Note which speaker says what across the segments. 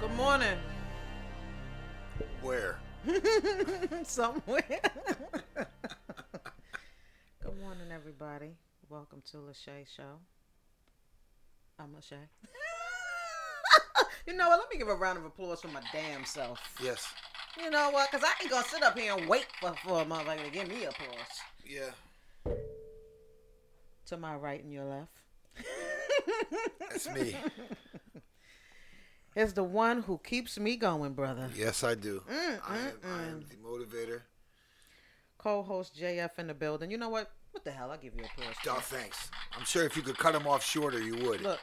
Speaker 1: Good morning.
Speaker 2: Where?
Speaker 1: Somewhere. Good morning, everybody. Welcome to Lachey Show. I'm Lachey. you know what? Let me give a round of applause for my damn self.
Speaker 2: Yes.
Speaker 1: You know what? Because I ain't going to sit up here and wait for, for a motherfucker to give me applause.
Speaker 2: Yeah.
Speaker 1: To my right and your left.
Speaker 2: That's me.
Speaker 1: It's the one who keeps me going, brother.
Speaker 2: Yes, I do.
Speaker 1: Mm,
Speaker 2: I, am,
Speaker 1: mm,
Speaker 2: I am the motivator.
Speaker 1: Co-host JF in the building. You know what? What the hell? I'll give you applause.
Speaker 2: Oh, thanks. I'm sure if you could cut him off shorter, you would.
Speaker 1: Look,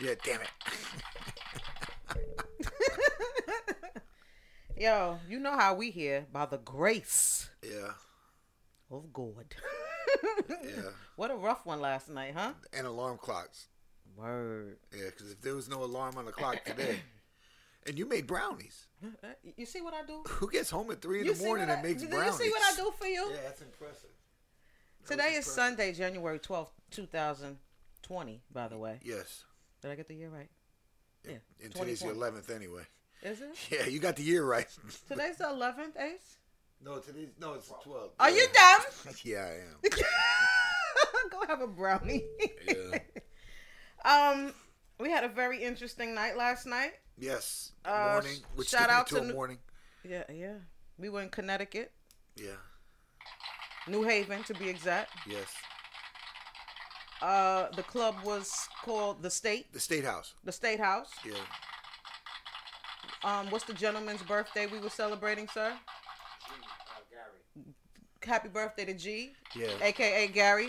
Speaker 2: Yeah, damn it.
Speaker 1: Yo, you know how we here by the grace
Speaker 2: Yeah,
Speaker 1: of God.
Speaker 2: yeah.
Speaker 1: what a rough one last night, huh?
Speaker 2: And alarm clocks.
Speaker 1: Word.
Speaker 2: Yeah, because if there was no alarm on the clock today, and you made brownies.
Speaker 1: Uh, You see what I do?
Speaker 2: Who gets home at 3 in
Speaker 1: You
Speaker 2: the
Speaker 1: see
Speaker 2: morning
Speaker 1: what
Speaker 2: and
Speaker 1: I-
Speaker 2: makes
Speaker 1: do
Speaker 2: brownies?
Speaker 1: You see what I do for you?
Speaker 2: Yeah, that's impressive.
Speaker 1: Today is
Speaker 2: impressive.
Speaker 1: Sunday, January twelfth, two 2020, by the way.
Speaker 2: Yes.
Speaker 1: Did I get the year right? Yeah.
Speaker 2: And today's the
Speaker 1: 2020.
Speaker 2: 11th anyway.
Speaker 1: Is it?
Speaker 2: Yeah, you got the year right.
Speaker 1: Today's the 11th, Ace?
Speaker 2: No, today's, no, it's the 12th.
Speaker 1: Are you dumb?
Speaker 2: Yeah, I am.
Speaker 1: Go have a brownie.
Speaker 2: Yeah.
Speaker 1: um, we had a very interesting night last night.
Speaker 2: Yes.
Speaker 1: Uh,
Speaker 2: morning.
Speaker 1: sh-
Speaker 2: Which
Speaker 1: shout
Speaker 2: took me
Speaker 1: out to
Speaker 2: to
Speaker 1: New-
Speaker 2: a morning.
Speaker 1: Yeah, yeah. We were in Connecticut,
Speaker 2: Yeah.
Speaker 1: New Haven to be exact.
Speaker 2: Yes.
Speaker 1: Uh, the club was called the State,
Speaker 2: The State House.
Speaker 1: the State House.
Speaker 2: Yeah.
Speaker 1: Um, what's the gentleman's birthday we were celebrating, sir? Happy birthday to G,
Speaker 2: Yeah.
Speaker 1: aka Gary,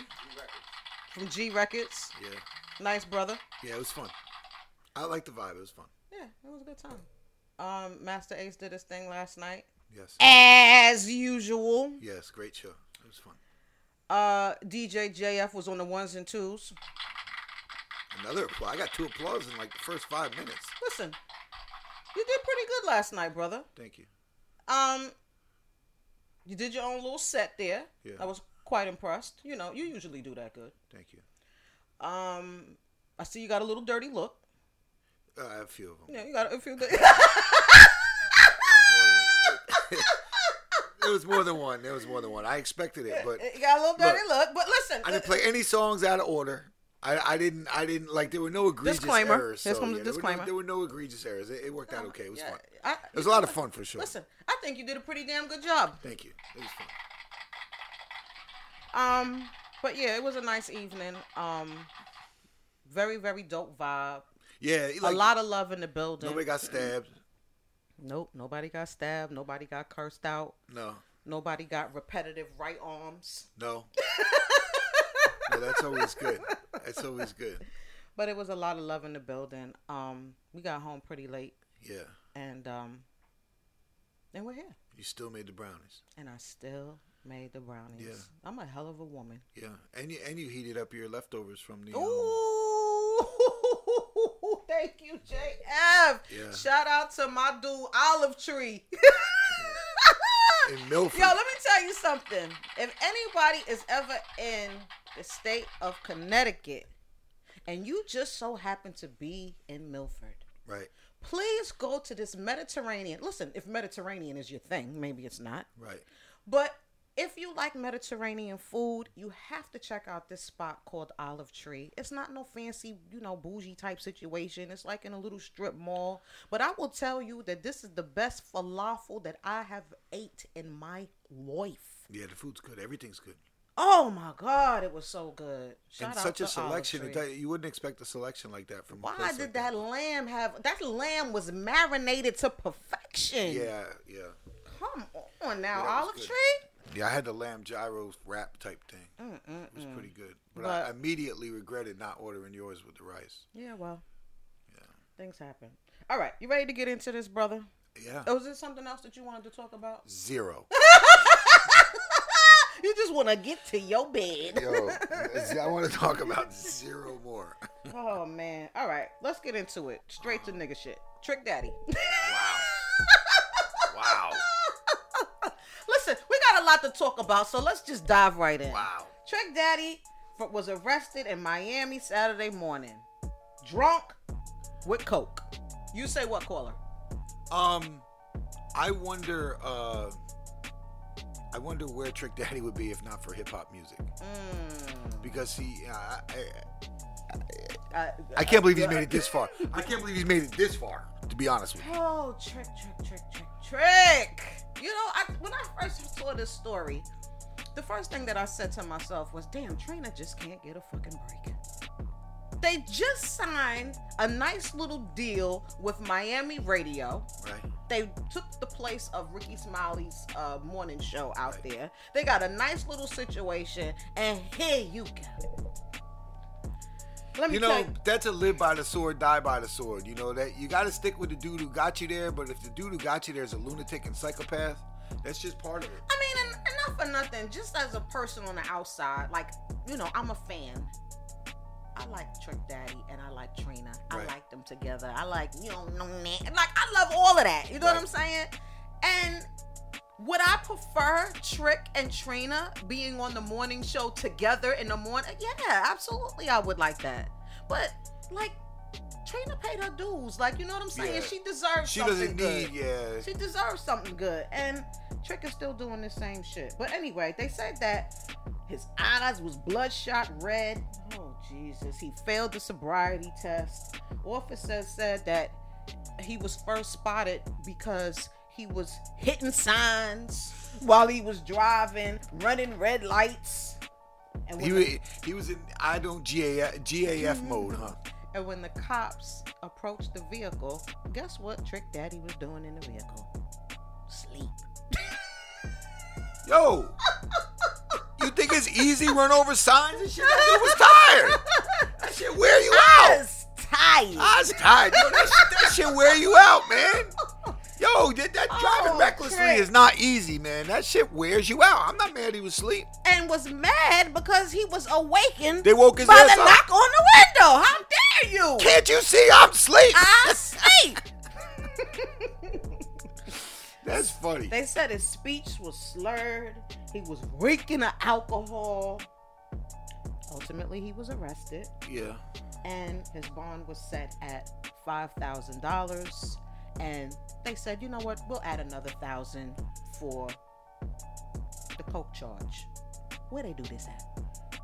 Speaker 1: from G Records.
Speaker 2: Yeah.
Speaker 1: Nice brother.
Speaker 2: Yeah, it was fun. I like the vibe. It was fun.
Speaker 1: Yeah, it was a good time. Um, Master Ace did his thing last night,
Speaker 2: Yes.
Speaker 1: as usual.
Speaker 2: Yes. Great show. It was fun.
Speaker 1: Uh, DJ JF was on the ones and twos.
Speaker 2: Another applause. I got two applause in like the first five minutes.
Speaker 1: Listen, you did pretty good last night, brother.
Speaker 2: Thank you.
Speaker 1: Um, you did your own little set there.
Speaker 2: Yeah.
Speaker 1: I was quite impressed. You know, you usually do that good.
Speaker 2: Thank you.
Speaker 1: Um, I see you got a little dirty look.
Speaker 2: Uh, I have a few of them.
Speaker 1: You know, you got a few. Good-
Speaker 2: There was more than one. There was more than one. I expected it, but
Speaker 1: you got a little dirty
Speaker 2: Look,
Speaker 1: look, but listen.
Speaker 2: I didn't play any songs out of order. I, I didn't. I didn't like. There were no egregious
Speaker 1: Disclaimer.
Speaker 2: errors.
Speaker 1: Here
Speaker 2: so,
Speaker 1: comes the
Speaker 2: yeah, there were no-
Speaker 1: disclaimer. Oh,
Speaker 2: There were, no, egregious errors. It, it worked out okay. It was
Speaker 1: Yeah,
Speaker 2: fun.
Speaker 1: I,
Speaker 2: It was a lot of fun for sure.
Speaker 1: Listen, I think you did a pretty damn good job.
Speaker 2: Thank you. It was fun.
Speaker 1: Um, but yeah, it was a nice evening. Um, very very dope vibe.
Speaker 2: Yeah, like,
Speaker 1: a lot of love in the building.
Speaker 2: Nobody got stabbed.
Speaker 1: nope, nobody got stabbed. Nobody got cursed out.
Speaker 2: No,
Speaker 1: Nobody got repetitive right arms.
Speaker 2: no. no, that's always good. That's always good.
Speaker 1: But it was a lot of love in the building. Um, we got home pretty late,
Speaker 2: Yeah,
Speaker 1: and um, and we're here.
Speaker 2: you still made the brownies.
Speaker 1: And I still made the brownies.
Speaker 2: Yeah.
Speaker 1: I'm a hell of a woman.
Speaker 2: Yeah, and you and you heated up your leftovers from the. um,
Speaker 1: Ooh, thank you, JF.
Speaker 2: Yeah.
Speaker 1: Shout out to my dude Olive Tree.
Speaker 2: in Milford.
Speaker 1: Yo, let me tell you something. If anybody is ever in the state of Connecticut, and you just so happen to be in Milford.
Speaker 2: right,
Speaker 1: please go to this Mediterranean. Listen, if Mediterranean is your thing, maybe it's not,
Speaker 2: right.
Speaker 1: but if you like Mediterranean food, you have to check out this spot called Olive Tree. It's not no fancy, you know, bougie type situation. It's like in a little strip mall. But I will tell you that this is the best falafel that I have ate in my life.
Speaker 2: Yeah, the food's good. Everything's good.
Speaker 1: Oh my God, it was so good. Shout
Speaker 2: and
Speaker 1: out
Speaker 2: such
Speaker 1: to
Speaker 2: a selection.
Speaker 1: Olive
Speaker 2: It
Speaker 1: Tree.
Speaker 2: does, you wouldn't expect a selection like that from. a
Speaker 1: Why
Speaker 2: place
Speaker 1: did
Speaker 2: like
Speaker 1: that lamb have that lamb was marinated to perfection?
Speaker 2: Yeah, yeah.
Speaker 1: Come on. Come on now,
Speaker 2: Yeah, that was
Speaker 1: Olive
Speaker 2: good.
Speaker 1: Tree.
Speaker 2: Yeah, I had the lamb gyros wrap type thing.
Speaker 1: Mm-mm.
Speaker 2: It was pretty good, but,
Speaker 1: Mm,
Speaker 2: I
Speaker 1: But-
Speaker 2: immediately regretted not ordering yours with the rice.
Speaker 1: Yeah, well, things happen. All right, you ready to get into this, brother?
Speaker 2: Yeah,
Speaker 1: Oh, is there something else that you wanted to talk about?
Speaker 2: zero.
Speaker 1: You just want to get to your bed.
Speaker 2: Yo, I want to talk about zero more.
Speaker 1: Oh man. All right, let's get into it. Straight to nigga shit. Trick Daddy.
Speaker 2: Wow. Wow.
Speaker 1: Listen, we got a lot to talk about, so let's just dive right in.
Speaker 2: Wow.
Speaker 1: Trick Daddy f- was arrested in Miami Saturday morning, drunk with coke. You say what, caller?
Speaker 2: Um, I wonder. Uh, I wonder where Trick Daddy would be if not for hip hop music,
Speaker 1: Mm,
Speaker 2: because he. uh, I, I,
Speaker 1: I,
Speaker 2: I can't believe he's made it this far. I can't believe he's made it this far. To be honest with you.
Speaker 1: Oh, trick, trick, trick, trick, trick. You know, I, when I first saw this story, the first thing that I said to myself was, damn, Trina just can't get a fucking break. They just signed a nice little deal with Miami Radio.
Speaker 2: Right.
Speaker 1: They took the place of Ricky Smiley's uh, morning show out there. They got a nice little situation, and here you go. Let me
Speaker 2: You
Speaker 1: tell
Speaker 2: know,
Speaker 1: you.
Speaker 2: that's a live by the sword, die by the sword. You know that you got to stick with the dude who got you there. But if the dude who got you there is a lunatic and psychopath, that's just part of it.
Speaker 1: I mean, and, and not for nothing, just as a person on the outside, like, you know, I'm a fan. I like Trick Daddy and I like Trina. I
Speaker 2: Right.
Speaker 1: like them together. I like, you don't know, nah. like, I love all of that. You know what
Speaker 2: Right.
Speaker 1: I'm saying? And would I prefer Trick and Trina being on the morning show together in the morning? Yeah, absolutely, I would like that. But, like, Trina paid her dues. Like, you know what I'm saying?
Speaker 2: Yeah.
Speaker 1: She deserves
Speaker 2: She
Speaker 1: something
Speaker 2: doesn't
Speaker 1: good.
Speaker 2: need. Yeah.
Speaker 1: She deserves something good. And Trick is still doing the same shit. But anyway, they said that his eyes was bloodshot red. Oh Jesus. He failed the sobriety test. Officers said that he was first spotted because he was hitting signs while he was driving, running red lights. And when
Speaker 2: He
Speaker 1: the-
Speaker 2: was, he was in I don't GAF, GAF mode, huh?
Speaker 1: And when the cops approached the vehicle, guess what Trick Daddy was doing in the vehicle? Sleep.
Speaker 2: Yo, you think it's easy run over signs and shit? That dude was tired. That shit wear you out.
Speaker 1: was tired.
Speaker 2: I was tired. Yo, that, shit- that shit wear you out, man. Yo, that, that driving
Speaker 1: Oh,
Speaker 2: recklessly
Speaker 1: Trey.
Speaker 2: is not easy, man. That shit wears you out. I'm not mad he was asleep.
Speaker 1: and was mad because he was awakened
Speaker 2: They woke his
Speaker 1: by
Speaker 2: ass
Speaker 1: the
Speaker 2: up.
Speaker 1: knock on the window. How dare you?
Speaker 2: Can't you see I'm asleep?
Speaker 1: I sleep.
Speaker 2: That's funny.
Speaker 1: they said his speech was slurred. He was reeking of alcohol. Ultimately, he was arrested.
Speaker 2: Yeah.
Speaker 1: and his bond was set at five thousand dollars. And they said, you know what? We'll add another thousand for the coke charge. Where they do this at?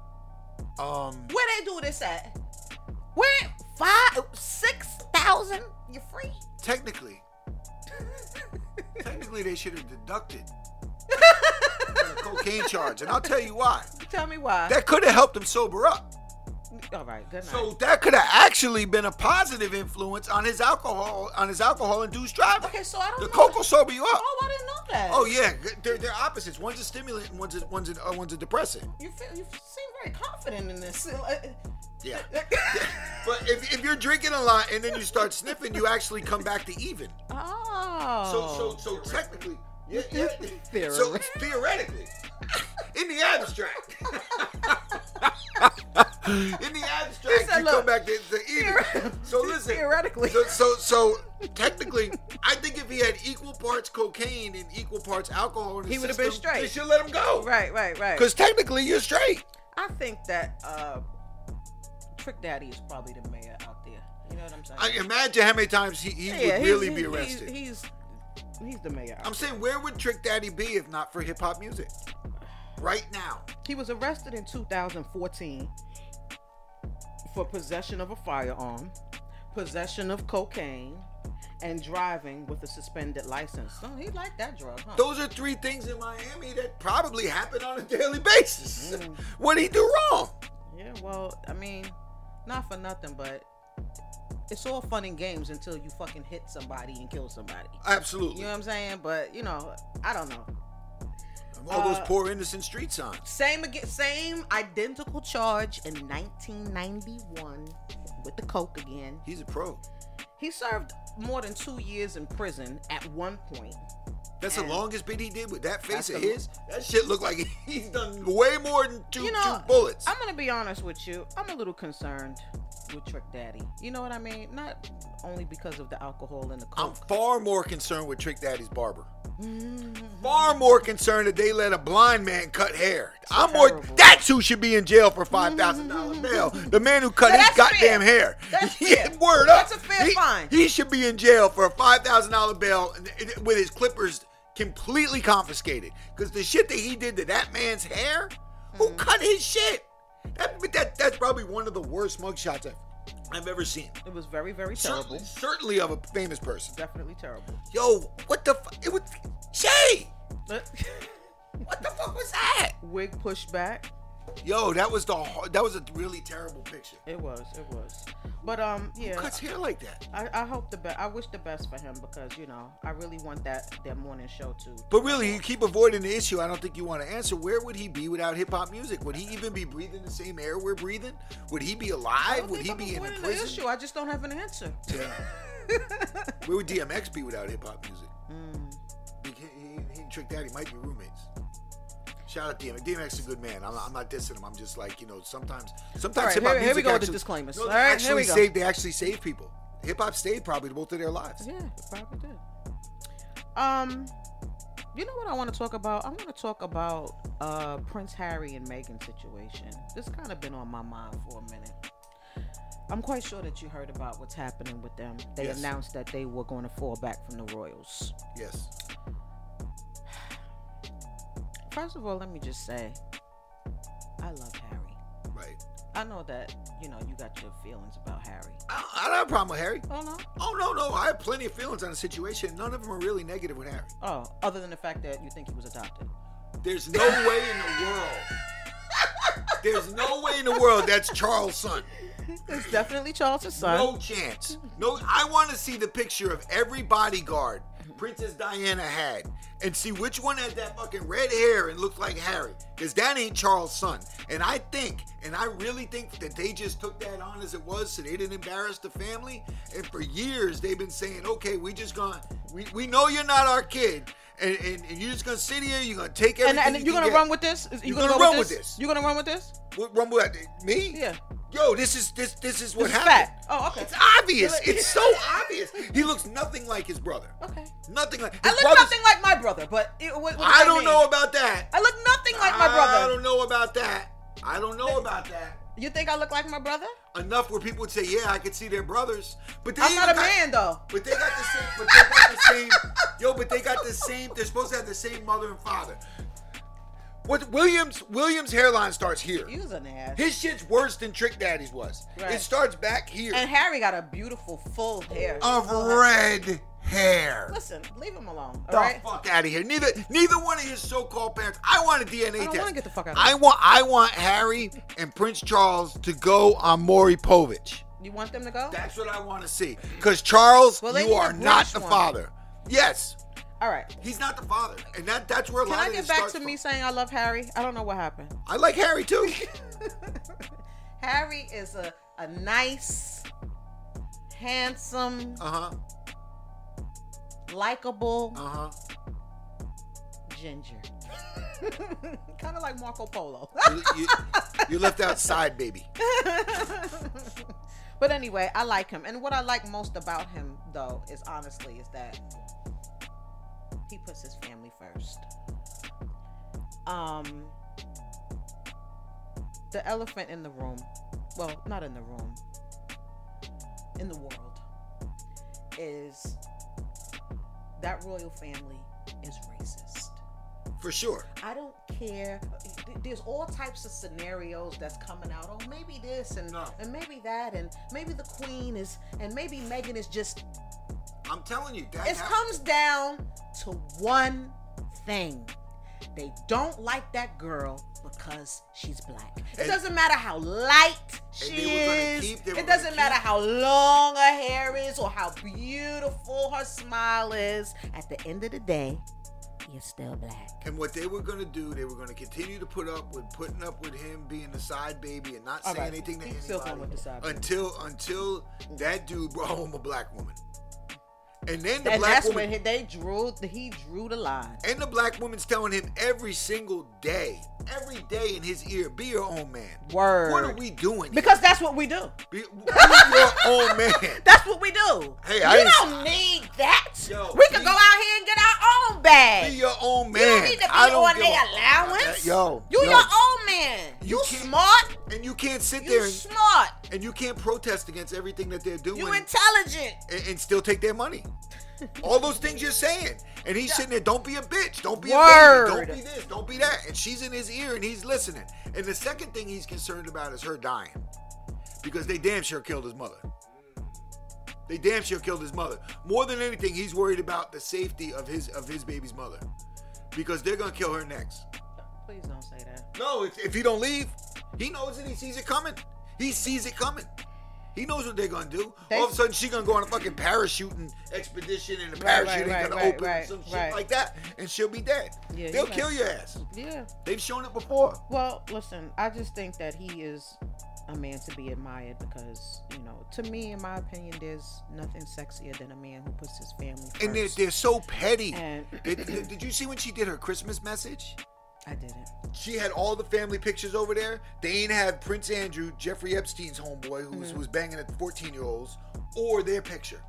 Speaker 2: Um.
Speaker 1: Where they do this at? Where five six thousand? You free?
Speaker 2: Technically, technically they should have deducted the cocaine charge, and I'll tell you why.
Speaker 1: Tell me why.
Speaker 2: That could have helped him sober up.
Speaker 1: All right, good night.
Speaker 2: So that could have actually been a positive influence on his alcohol on his alcohol induced driving.
Speaker 1: okay, so I don't
Speaker 2: The
Speaker 1: know.
Speaker 2: coke will sober you up.
Speaker 1: oh, I didn't know that.
Speaker 2: Oh yeah, they're, they're opposites. One's a stimulant, and one's a, one's a, uh, one's a depressant.
Speaker 1: you feel you seem very confident in this.
Speaker 2: Yeah. But if, if you're drinking a lot and then you start sniffing, you actually come back to even.
Speaker 1: oh.
Speaker 2: So so so technically, yeah, yeah.
Speaker 1: Theoretically.
Speaker 2: So theoretically, in the abstract, in the abstract,
Speaker 1: said,
Speaker 2: you
Speaker 1: look,
Speaker 2: come back to, to even.
Speaker 1: theoret-
Speaker 2: So listen,
Speaker 1: theoretically.
Speaker 2: So, so so technically, I think if he had equal parts cocaine and equal parts alcohol, in his
Speaker 1: He would've been
Speaker 2: system,
Speaker 1: straight.
Speaker 2: They should let him go.
Speaker 1: Right, right, right.
Speaker 2: Because technically, you're straight.
Speaker 1: I think that uh, Trick Daddy is probably the mayor out there. You know what I'm saying?
Speaker 2: I imagine how many times he, he would
Speaker 1: he's-
Speaker 2: really
Speaker 1: he's-
Speaker 2: be arrested.
Speaker 1: He's he's, he's the mayor.
Speaker 2: I'm saying, where would Trick Daddy be if not for hip hop music? Right now.
Speaker 1: he was arrested in 2014 for possession of a firearm, possession of cocaine, and driving with a suspended license. So he liked that drug, huh?
Speaker 2: Those are three things in Miami that probably happen on a daily basis.
Speaker 1: Mm.
Speaker 2: What did he do wrong?
Speaker 1: Yeah, well, I mean, not for nothing, but it's all fun and games until you fucking hit somebody and kill somebody.
Speaker 2: Absolutely.
Speaker 1: You know what I'm saying? But you know, I don't know.
Speaker 2: All
Speaker 1: Uh,
Speaker 2: those poor innocent street signs.
Speaker 1: Same again, same identical charge in 1991 with the coke again.
Speaker 2: He's a pro.
Speaker 1: He served more than two years in prison at one point.
Speaker 2: That's
Speaker 1: And-
Speaker 2: the longest bit he did with that face
Speaker 1: That's
Speaker 2: of
Speaker 1: the-
Speaker 2: his. That shit looked like he's done way more than two,
Speaker 1: You know,
Speaker 2: two bullets.
Speaker 1: I'm gonna be honest with you. I'm a little concerned with Trick Daddy. You know what I mean? Not only because of the alcohol and the
Speaker 2: I'm
Speaker 1: coke.
Speaker 2: far more concerned with Trick Daddy's barber. Far more concerned that they let a blind man cut hair. I'm more.
Speaker 1: terrible. Mm-hmm.
Speaker 2: That's who should be in jail for five thousand dollars bail. The man who cut
Speaker 1: Now,
Speaker 2: his
Speaker 1: that's fair.
Speaker 2: goddamn hair.
Speaker 1: That's
Speaker 2: Yeah,
Speaker 1: fair.
Speaker 2: Word up.
Speaker 1: That's a fair
Speaker 2: he,
Speaker 1: fine.
Speaker 2: He should be in jail for a five thousand dollar bail and- and- with his clippers completely confiscated. Because the shit that he did to that man's hair,
Speaker 1: Hmm.
Speaker 2: who cut his shit? That, but that that's probably one of the worst mugshots I've, I've ever seen.
Speaker 1: It was very, very terrible.
Speaker 2: Certainly, certainly of a famous person.
Speaker 1: Definitely terrible.
Speaker 2: Yo, what the fuck? It was Shay.
Speaker 1: But-
Speaker 2: What the fuck was that?
Speaker 1: Wig pushback.
Speaker 2: Yo, that was the ho- that was a really terrible picture.
Speaker 1: It was. It was. But um, yeah.
Speaker 2: Who cuts hair like that?
Speaker 1: I, I hope the best. I wish the best for him because you know I really want that that morning show too.
Speaker 2: But really, you keep avoiding the issue. I don't think you want to answer. Where would he be without hip hop music? Would he even be breathing the same air we're breathing? Would he be
Speaker 1: I
Speaker 2: alive?
Speaker 1: don't
Speaker 2: Would he
Speaker 1: think I'm
Speaker 2: be in a
Speaker 1: avoiding the
Speaker 2: prison?
Speaker 1: issue. I just don't have an answer.
Speaker 2: Yeah. Where would DMX be without hip hop music?
Speaker 1: Hmm.
Speaker 2: He, can't- he, he and Trick Daddy might be roommates. Shout out DMX. DMX is a good man. I'm not, I'm not dissing him. I'm just like you know sometimes sometimes
Speaker 1: All right,
Speaker 2: hip hop
Speaker 1: here- here we
Speaker 2: music
Speaker 1: go with the
Speaker 2: actually,
Speaker 1: disclaimers.
Speaker 2: No, they
Speaker 1: All right, here
Speaker 2: actually
Speaker 1: we go.
Speaker 2: saved they actually saved people. Hip hop saved probably both of their lives.
Speaker 1: yeah, it probably did. Um, you know what I want to talk about? I want to talk about uh Prince Harry and Meghan situation. This kind of been on my mind for a minute. I'm quite sure that you heard about what's happening with them. They
Speaker 2: Yes.
Speaker 1: announced that they were going to fall back from the royals.
Speaker 2: Yes.
Speaker 1: First of all, let me just say, I love Harry.
Speaker 2: Right.
Speaker 1: I know that you know you got your feelings about Harry.
Speaker 2: I, I don't have a problem with Harry.
Speaker 1: Oh no.
Speaker 2: Oh no no, I have plenty of feelings on the situation. None of them are really negative with Harry.
Speaker 1: Oh, other than the fact that you think he was adopted.
Speaker 2: There's no way in the world. There's no way in the world that's Charles' son.
Speaker 1: It's definitely Charles's son.
Speaker 2: No chance. No, I want to see the picture of every bodyguard Princess Diana had and see which one had that fucking red hair and looked like Harry. Because that ain't Charles' son. And I think, and I really think that they just took that on as it was so they didn't embarrass the family. And for years they've been saying, okay, we just gonna, we, we know you're not our kid. And, and, and you're just gonna sit here, you're gonna take
Speaker 1: And,
Speaker 2: everything.
Speaker 1: and
Speaker 2: you
Speaker 1: you're gonna run with this? You're,
Speaker 2: gonna
Speaker 1: go
Speaker 2: run with this.
Speaker 1: You're gonna run with this?
Speaker 2: with run with uh, me?
Speaker 1: Yeah.
Speaker 2: Yo, this is this this is what
Speaker 1: This is
Speaker 2: happened.
Speaker 1: fact. Oh, okay.
Speaker 2: It's obvious. It's so obvious. He looks nothing like his brother.
Speaker 1: Okay.
Speaker 2: Nothing like. His
Speaker 1: I look
Speaker 2: brother's-
Speaker 1: nothing like my brother, but it, what, what does
Speaker 2: I
Speaker 1: that
Speaker 2: don't
Speaker 1: mean?
Speaker 2: know about that.
Speaker 1: I look nothing like my brother.
Speaker 2: I don't know about that. I don't know about that.
Speaker 1: You think I look like my brother?
Speaker 2: Enough where people would say, "Yeah, I could see their brothers," but they
Speaker 1: I'm
Speaker 2: even
Speaker 1: not a
Speaker 2: got-
Speaker 1: man though.
Speaker 2: But they got the same. But they got the same. Yo, but they got the same. They're supposed to have the same mother and father. What Williams Williams hairline starts here.
Speaker 1: You's an ass.
Speaker 2: His shit's worse than Trick Daddy's was.
Speaker 1: Right.
Speaker 2: It starts back here.
Speaker 1: and Harry got a beautiful full hair.
Speaker 2: of
Speaker 1: Full hair.
Speaker 2: red hair.
Speaker 1: Listen, leave him alone.
Speaker 2: the
Speaker 1: All right.
Speaker 2: fuck out of here. Neither neither one of his so-called parents. I want a DNA
Speaker 1: I don't
Speaker 2: test.
Speaker 1: wanna get the fuck out of
Speaker 2: I
Speaker 1: here.
Speaker 2: want I want Harry and Prince Charles to go on Maury Povich.
Speaker 1: You want them to go?
Speaker 2: That's what I want to see. Cause Charles,
Speaker 1: Well, they
Speaker 2: you
Speaker 1: need a
Speaker 2: are not
Speaker 1: British
Speaker 2: the
Speaker 1: one.
Speaker 2: father. Yes,
Speaker 1: All right.
Speaker 2: he's not the father, and that that's where a
Speaker 1: Can
Speaker 2: lot
Speaker 1: I
Speaker 2: of
Speaker 1: get
Speaker 2: this
Speaker 1: back
Speaker 2: starts
Speaker 1: to
Speaker 2: from.
Speaker 1: me saying I love Harry? I don't know what happened.
Speaker 2: I like Harry too.
Speaker 1: Harry is a, a nice, handsome,
Speaker 2: uh huh.
Speaker 1: likable
Speaker 2: Uh huh.
Speaker 1: ginger. kind of like Marco Polo.
Speaker 2: You, you, you left outside, baby.
Speaker 1: but anyway, I like him. And what I like most about him, though, is honestly, is that he puts his family first. Um, the elephant in the room, well, not in the room, in the world, is that royal family is racist.
Speaker 2: For sure.
Speaker 1: I don't care. Th- There's all types of scenarios that's coming out. Oh, maybe this and
Speaker 2: No.
Speaker 1: and maybe that and maybe the queen is and maybe Megan is just.
Speaker 2: I'm telling you, that
Speaker 1: It
Speaker 2: happened.
Speaker 1: comes down to one thing. They don't like that girl because she's black. It
Speaker 2: And-
Speaker 1: doesn't matter how light she
Speaker 2: they were gonna
Speaker 1: is.
Speaker 2: keep- they were
Speaker 1: it doesn't
Speaker 2: gonna
Speaker 1: matter
Speaker 2: keep-
Speaker 1: how long her hair is or how beautiful her smile is. At the end of the day,
Speaker 3: You're still black.
Speaker 2: And what they were going to do, they were going to continue to put up with putting up with him being the side baby and not
Speaker 1: All
Speaker 2: saying
Speaker 1: right.
Speaker 2: anything to
Speaker 1: He's
Speaker 2: anybody
Speaker 1: still going with the side baby.
Speaker 2: until until that dude brought home a black woman. And then the
Speaker 1: and
Speaker 2: black
Speaker 1: that's
Speaker 2: woman
Speaker 1: when he- they drew he drew the line.
Speaker 2: and the black woman's telling him every single day, every day in his ear, be your own man.
Speaker 1: Word.
Speaker 2: What are we doing? here?
Speaker 1: Because that's what we do.
Speaker 2: be, be your own Oh, man.
Speaker 1: That's what we do.
Speaker 2: Hey,
Speaker 1: you
Speaker 2: I ain't-
Speaker 1: don't need that.
Speaker 2: Yo,
Speaker 1: we could
Speaker 2: please.
Speaker 1: go out here and get our own
Speaker 2: Be
Speaker 1: bag.
Speaker 2: your own man.
Speaker 1: You don't need to be
Speaker 2: I don't
Speaker 1: on
Speaker 2: give
Speaker 1: their
Speaker 2: a-
Speaker 1: allowance.
Speaker 2: Yo,
Speaker 1: you
Speaker 2: yo.
Speaker 1: your own man.
Speaker 2: You
Speaker 1: You,
Speaker 2: can't-
Speaker 1: smart.
Speaker 2: And you can't sit
Speaker 1: You
Speaker 2: there and,
Speaker 1: smart.
Speaker 2: and you can't protest against everything that they're doing
Speaker 1: You intelligent.
Speaker 2: and, and still take their money. All those things you're saying. And he's sitting there, don't be a bitch, don't be a baby,
Speaker 1: Word.
Speaker 2: don't be this, don't be that. And she's in his ear and he's listening. And the second thing he's concerned about is her dying. Because they damn sure killed his mother. They damn sure killed his mother. More than anything, he's worried about the safety of his of his baby's mother. Because they're gonna kill her next.
Speaker 1: Please don't say that.
Speaker 2: No, if, if he don't leave, he knows it. He sees it coming. He sees it coming. He knows what they're gonna do.
Speaker 1: They-
Speaker 2: All of a sudden, she gonna go on a fucking parachuting expedition, and the
Speaker 1: Right,
Speaker 2: parachute
Speaker 1: right,
Speaker 2: ain't
Speaker 1: right,
Speaker 2: gonna
Speaker 1: right,
Speaker 2: open, and
Speaker 1: right,
Speaker 2: some shit
Speaker 1: right.
Speaker 2: like that, and she'll be dead.
Speaker 1: Yeah,
Speaker 2: They'll
Speaker 1: you
Speaker 2: kill
Speaker 1: right.
Speaker 2: your ass.
Speaker 1: Yeah.
Speaker 2: They've shown it before.
Speaker 1: Well, listen, I just think that he is a man to be admired because, you know, to me, in my opinion, there's nothing sexier than a man who puts his family first.
Speaker 2: And they're, they're so petty.
Speaker 1: And-
Speaker 2: did, did- did you see when she did her Christmas message?
Speaker 1: I didn't.
Speaker 2: She had all the family pictures over there. They ain't have Prince Andrew, Jeffrey Epstein's homeboy, who
Speaker 1: Mm-hmm.
Speaker 2: was, who was banging at 14 year olds, or their picture.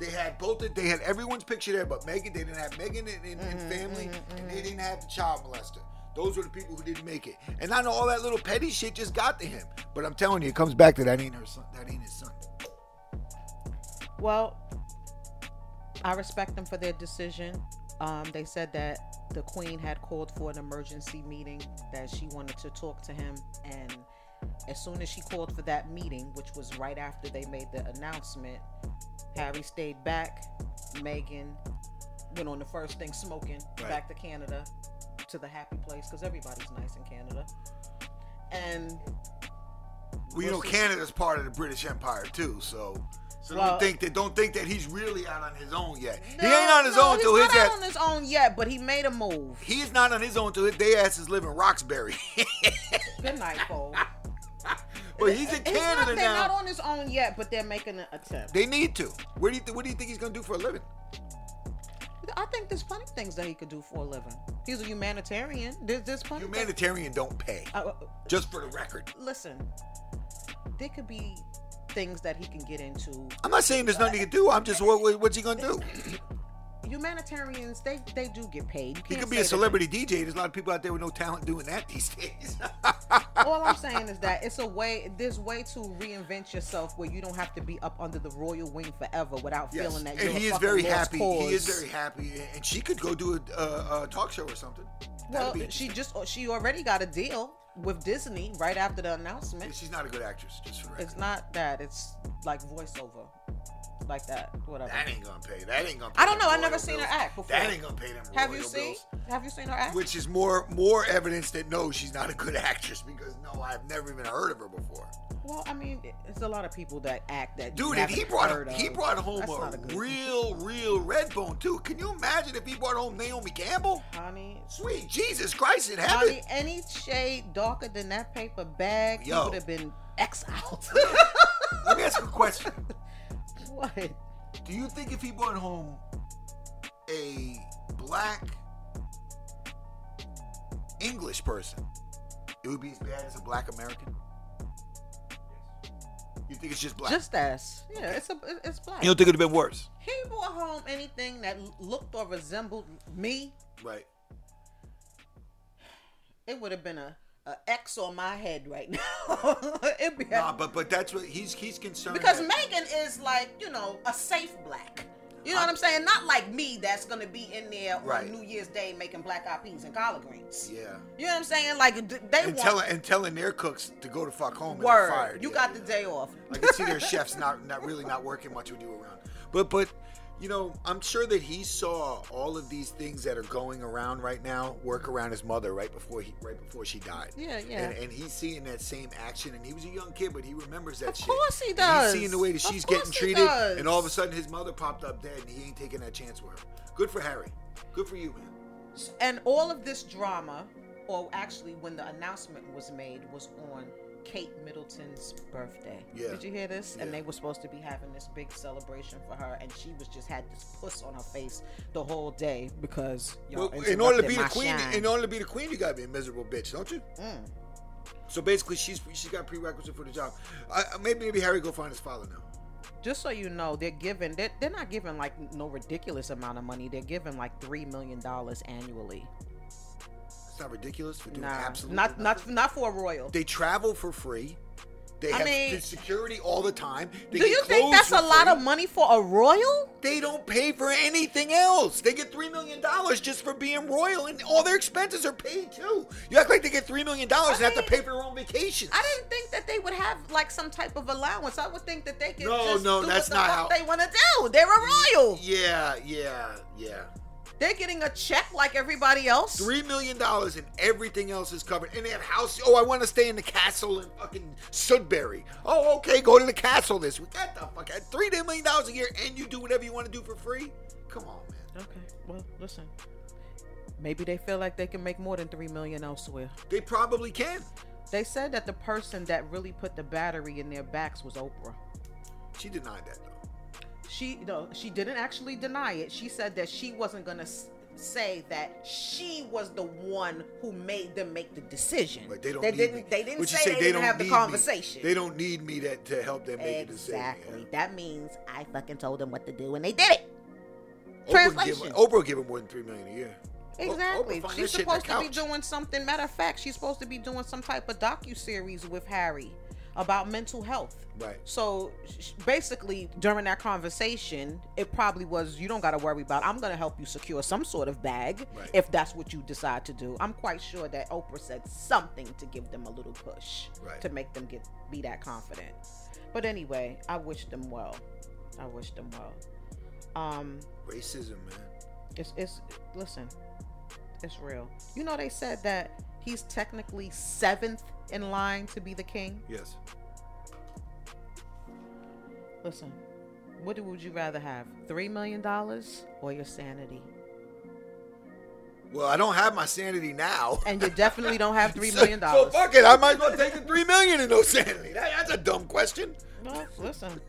Speaker 2: They had both. They had everyone's picture there, but Megan. They didn't have Megan and, and,
Speaker 1: Mm-hmm,
Speaker 2: and family, and they didn't have the child molester. Those were the people who didn't make it. And I know all that little petty shit just got to him. But I'm telling you, it comes back to that ain't her son. That ain't his son.
Speaker 1: Well, I respect them for their decision. Um, they said that the Queen had called for an emergency meeting that she wanted to talk to him, and as soon as she called for that meeting, which was right after they made the announcement, Harry stayed back. Megan went on the first thing smoking
Speaker 2: Right.
Speaker 1: back to Canada to the happy place because everybody's nice in Canada. And
Speaker 2: Well, you know,
Speaker 1: versus-
Speaker 2: Canada's part of the British Empire too, so. So
Speaker 1: Well-
Speaker 2: don't think that don't think that he's really out on his own yet.
Speaker 1: No,
Speaker 2: he ain't on his
Speaker 1: no,
Speaker 2: own
Speaker 1: he's
Speaker 2: till his
Speaker 1: not
Speaker 2: ass
Speaker 1: out on his own yet, but he made a move.
Speaker 2: He's not on his own till his day ass is living Roxbury.
Speaker 1: Good night, folks.
Speaker 2: but he's in
Speaker 1: He's not,
Speaker 2: Canada
Speaker 1: they're
Speaker 2: now.
Speaker 1: not on his own yet, but they're making an attempt.
Speaker 2: they need to. Where do you th- what do you think he's gonna do for a living?
Speaker 1: I think there's plenty of things that he could do for a living. He's a humanitarian. There's, there's plenty. of things-
Speaker 2: Humanitarian don't pay.
Speaker 1: Uh, uh,
Speaker 2: Just for the record,
Speaker 1: listen, there could be things that he can get into.
Speaker 2: I'm not saying there's nothing he can do. I'm just what, what- what's he gonna do?
Speaker 1: Humanitarians, they they do get paid. You
Speaker 2: He
Speaker 1: can't
Speaker 2: could be
Speaker 1: say
Speaker 2: a
Speaker 1: that-
Speaker 2: celebrity DJ. There's a lot of people out there with no talent doing that these days.
Speaker 1: All I'm saying is that it's a way. There's way to reinvent yourself where you don't have to be up under the royal wing forever without
Speaker 2: Yes.
Speaker 1: feeling that you're
Speaker 2: and
Speaker 1: a
Speaker 2: he is
Speaker 1: fucking
Speaker 2: very
Speaker 1: lost
Speaker 2: happy. He is
Speaker 1: cause.
Speaker 2: very happy, and she could go do a, a, a talk show or something. That'd
Speaker 1: Well,
Speaker 2: be
Speaker 1: she just she already got a deal with Disney right after the announcement.
Speaker 2: she's not a good actress. Just for the record.
Speaker 1: It's not that. It's like voiceover, like that. Whatever.
Speaker 2: That ain't gonna pay. That ain't gonna. Pay
Speaker 1: I don't know.
Speaker 2: them
Speaker 1: I've never
Speaker 2: royal
Speaker 1: seen her
Speaker 2: bills.
Speaker 1: act before.
Speaker 2: That ain't gonna pay them.
Speaker 1: Have
Speaker 2: royal
Speaker 1: you seen?
Speaker 2: bills.
Speaker 1: Have you seen her act?
Speaker 2: Which is more more evidence that no, she's not a good actress because no, I've never even heard of her before.
Speaker 1: well, I mean, it's a lot of people that act that. you
Speaker 2: Dude, and he
Speaker 1: haven't
Speaker 2: brought
Speaker 1: heard
Speaker 2: he
Speaker 1: of.
Speaker 2: brought home
Speaker 1: That's not
Speaker 2: a,
Speaker 1: a good-
Speaker 2: real real red bone too. Can you imagine if he brought home Naomi Campbell?
Speaker 1: Honey,
Speaker 2: Sweet Jesus Christ in heaven.
Speaker 1: honey, any shade darker than that paper bag,
Speaker 2: Yo.
Speaker 1: you would have been exiled.
Speaker 2: Let me ask you a question.
Speaker 1: what?
Speaker 2: Do you think if he brought home a black English person, it would be as bad as a black American? You think it's just black?
Speaker 1: Just ass. Yeah, it's a it's black.
Speaker 2: you don't think it would have been worse?
Speaker 1: He brought home anything that looked or resembled me.
Speaker 2: Right.
Speaker 1: It would have been a, a X on my head right now. It'd be
Speaker 2: Nah, but but that's what he's he's concerned.
Speaker 1: because
Speaker 2: that-
Speaker 1: Megan is like you know a safe black. You know what I'm saying? Not like me that's gonna be in there on
Speaker 2: Right.
Speaker 1: New Year's Day making black eyed peas and collard greens.
Speaker 2: yeah,
Speaker 1: You know what I'm saying? Like d- they
Speaker 2: and
Speaker 1: want
Speaker 2: telling and telling their cooks to go to fuck home. and they're
Speaker 1: word.
Speaker 2: fired.
Speaker 1: You
Speaker 2: Yeah,
Speaker 1: got
Speaker 2: yeah.
Speaker 1: the day off.
Speaker 2: I can see their chefs not not really not working much with you around. But but you know, I'm sure that he saw all of these things that are going around right now, work around his mother right before he right before she died.
Speaker 1: Yeah, yeah.
Speaker 2: And, and he's seeing that same action, and he was a young kid, but he remembers that
Speaker 1: Of
Speaker 2: shit.
Speaker 1: course he
Speaker 2: And
Speaker 1: does.
Speaker 2: he's seeing the way that
Speaker 1: Of
Speaker 2: she's
Speaker 1: course
Speaker 2: getting
Speaker 1: he
Speaker 2: treated,
Speaker 1: does.
Speaker 2: and all of a sudden his mother popped up dead, and he ain't taking that chance with her. Good for Harry. Good for you, man.
Speaker 1: and all of this drama, or actually when the announcement was made, was on Kate Middleton's birthday.
Speaker 2: Yeah.
Speaker 1: Did you hear this? And
Speaker 2: Yeah.
Speaker 1: they were supposed to be having this big celebration for her, and she was just had this puss on her face the whole day because y'all
Speaker 2: Well, in order
Speaker 1: interrupted
Speaker 2: to be the
Speaker 1: my
Speaker 2: queen,
Speaker 1: shine.
Speaker 2: in order to be the queen, you gotta be a miserable bitch, don't you?
Speaker 1: Mm.
Speaker 2: So basically, she's she's got prerequisite for the job. I, I- maybe maybe Harry go find his father now.
Speaker 1: just so you know, they're giving they're, they're not giving like no ridiculous amount of money. They're giving like three million dollars annually.
Speaker 2: It's not ridiculous for doing
Speaker 1: Nah,
Speaker 2: absolutely
Speaker 1: not
Speaker 2: nothing.
Speaker 1: not not for a royal.
Speaker 2: They travel for free. They
Speaker 1: I
Speaker 2: have
Speaker 1: mean-
Speaker 2: good security all the time. They
Speaker 1: Do
Speaker 2: get
Speaker 1: you think
Speaker 2: clothes
Speaker 1: that's
Speaker 2: for
Speaker 1: a lot
Speaker 2: free.
Speaker 1: of money for a royal?
Speaker 2: They don't pay for anything else. They get three million dollars just for being royal, and all their expenses are paid too. You act like they get three million dollars and have to
Speaker 1: mean,
Speaker 2: pay for their own vacations.
Speaker 1: I didn't think that they would have like some type of allowance. I would think that they could
Speaker 2: No,
Speaker 1: just
Speaker 2: no,
Speaker 1: do
Speaker 2: that's
Speaker 1: what the
Speaker 2: not
Speaker 1: fuck
Speaker 2: how-
Speaker 1: they want to do. They're a royal.
Speaker 2: Yeah, yeah, yeah.
Speaker 1: They're getting a check like everybody else.
Speaker 2: Three million dollars and everything else is covered. And they have house. Oh, I want to stay in the castle in fucking Sudbury. Oh, okay, go to the castle this week. Get the fuck out. Three million dollars a year, and you do whatever you want to do for free. Come on, man.
Speaker 1: Okay. Well, listen. Maybe they feel like they can make more than three million elsewhere.
Speaker 2: They probably can.
Speaker 1: They said that the person that really put the battery in their backs was Oprah.
Speaker 2: She denied that though.
Speaker 1: She no, she didn't actually deny it. She said that she wasn't gonna s- say that she was the one who made them make the decision.
Speaker 2: But they don't.
Speaker 1: They
Speaker 2: need
Speaker 1: didn't.
Speaker 2: me.
Speaker 1: They didn't
Speaker 2: What you
Speaker 1: say, they, didn't
Speaker 2: don't
Speaker 1: have
Speaker 2: need
Speaker 1: the
Speaker 2: me.
Speaker 1: conversation.
Speaker 2: They don't need me that to help them make a
Speaker 1: Exactly.
Speaker 2: decision.
Speaker 1: That means I fucking told them what to do and they did it.
Speaker 2: Yeah. Oprah, give,
Speaker 1: Translation.
Speaker 2: Oprah give him more than three million a year. O-
Speaker 1: Exactly.
Speaker 2: Oprah find
Speaker 1: she's
Speaker 2: that shit in the
Speaker 1: supposed to be
Speaker 2: couch.
Speaker 1: doing something. Matter of fact, she's supposed to be doing some type of docu series with Harry about mental health.
Speaker 2: Right.
Speaker 1: So sh- basically, during that conversation, it probably was you don't got to worry about. I'm going to help you secure some sort of bag
Speaker 2: Right.
Speaker 1: if that's what you decide to do. I'm quite sure that Oprah said something to give them a little push
Speaker 2: Right.
Speaker 1: to make them get be that confident. But anyway, I wish them well. I wish them well. Um,
Speaker 2: Racism, man.
Speaker 1: it's it's listen, it's real. You know they said that he's technically seventh in line to be the king.
Speaker 2: Yes.
Speaker 1: Listen, what do- would you rather have? Three million dollars or your sanity?
Speaker 2: Well, I don't have my sanity now.
Speaker 1: And you definitely don't have three
Speaker 2: So-
Speaker 1: million
Speaker 2: So
Speaker 1: dollars.
Speaker 2: fuck it. I might as well take the three million in no sanity. That- that's a dumb question.
Speaker 1: No, listen.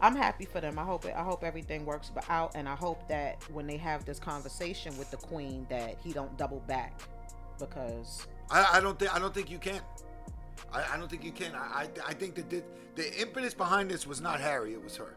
Speaker 1: I'm happy for them. I hope it, I hope everything works b- out, and I hope that when they have this conversation with the queen, that he don't double back because
Speaker 2: I, I don't think I don't think you can. I, I don't think you can. I, I, I think that the, the impetus behind this was not Harry, it was her.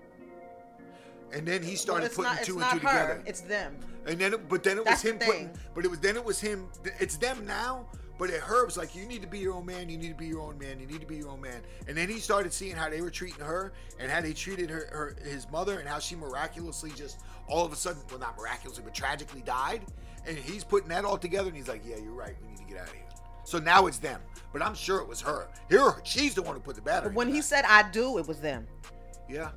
Speaker 2: And then he
Speaker 1: Well,
Speaker 2: started
Speaker 1: it's
Speaker 2: putting
Speaker 1: not,
Speaker 2: two
Speaker 1: it's not
Speaker 2: and two
Speaker 1: her,
Speaker 2: together.
Speaker 1: it's them.
Speaker 2: And then, it, but then it
Speaker 1: That's
Speaker 2: was
Speaker 1: the
Speaker 2: him putting.
Speaker 1: thing.
Speaker 2: But it was then it was him. It's them now. But it her was like, you need to be your own man. You need to be your own man. You need to be your own man. And then he started seeing how they were treating her and how they treated her, her his mother, and how she miraculously just all of a sudden, well, not miraculously, but tragically died. And he's putting that all together, and he's like, yeah, you're right. We need to get out of here. So now it's them. But I'm sure it was her. Here, she's the one who put the battery.
Speaker 1: But when
Speaker 2: in
Speaker 1: he
Speaker 2: the
Speaker 1: said I do, it was them.
Speaker 2: back. yeah,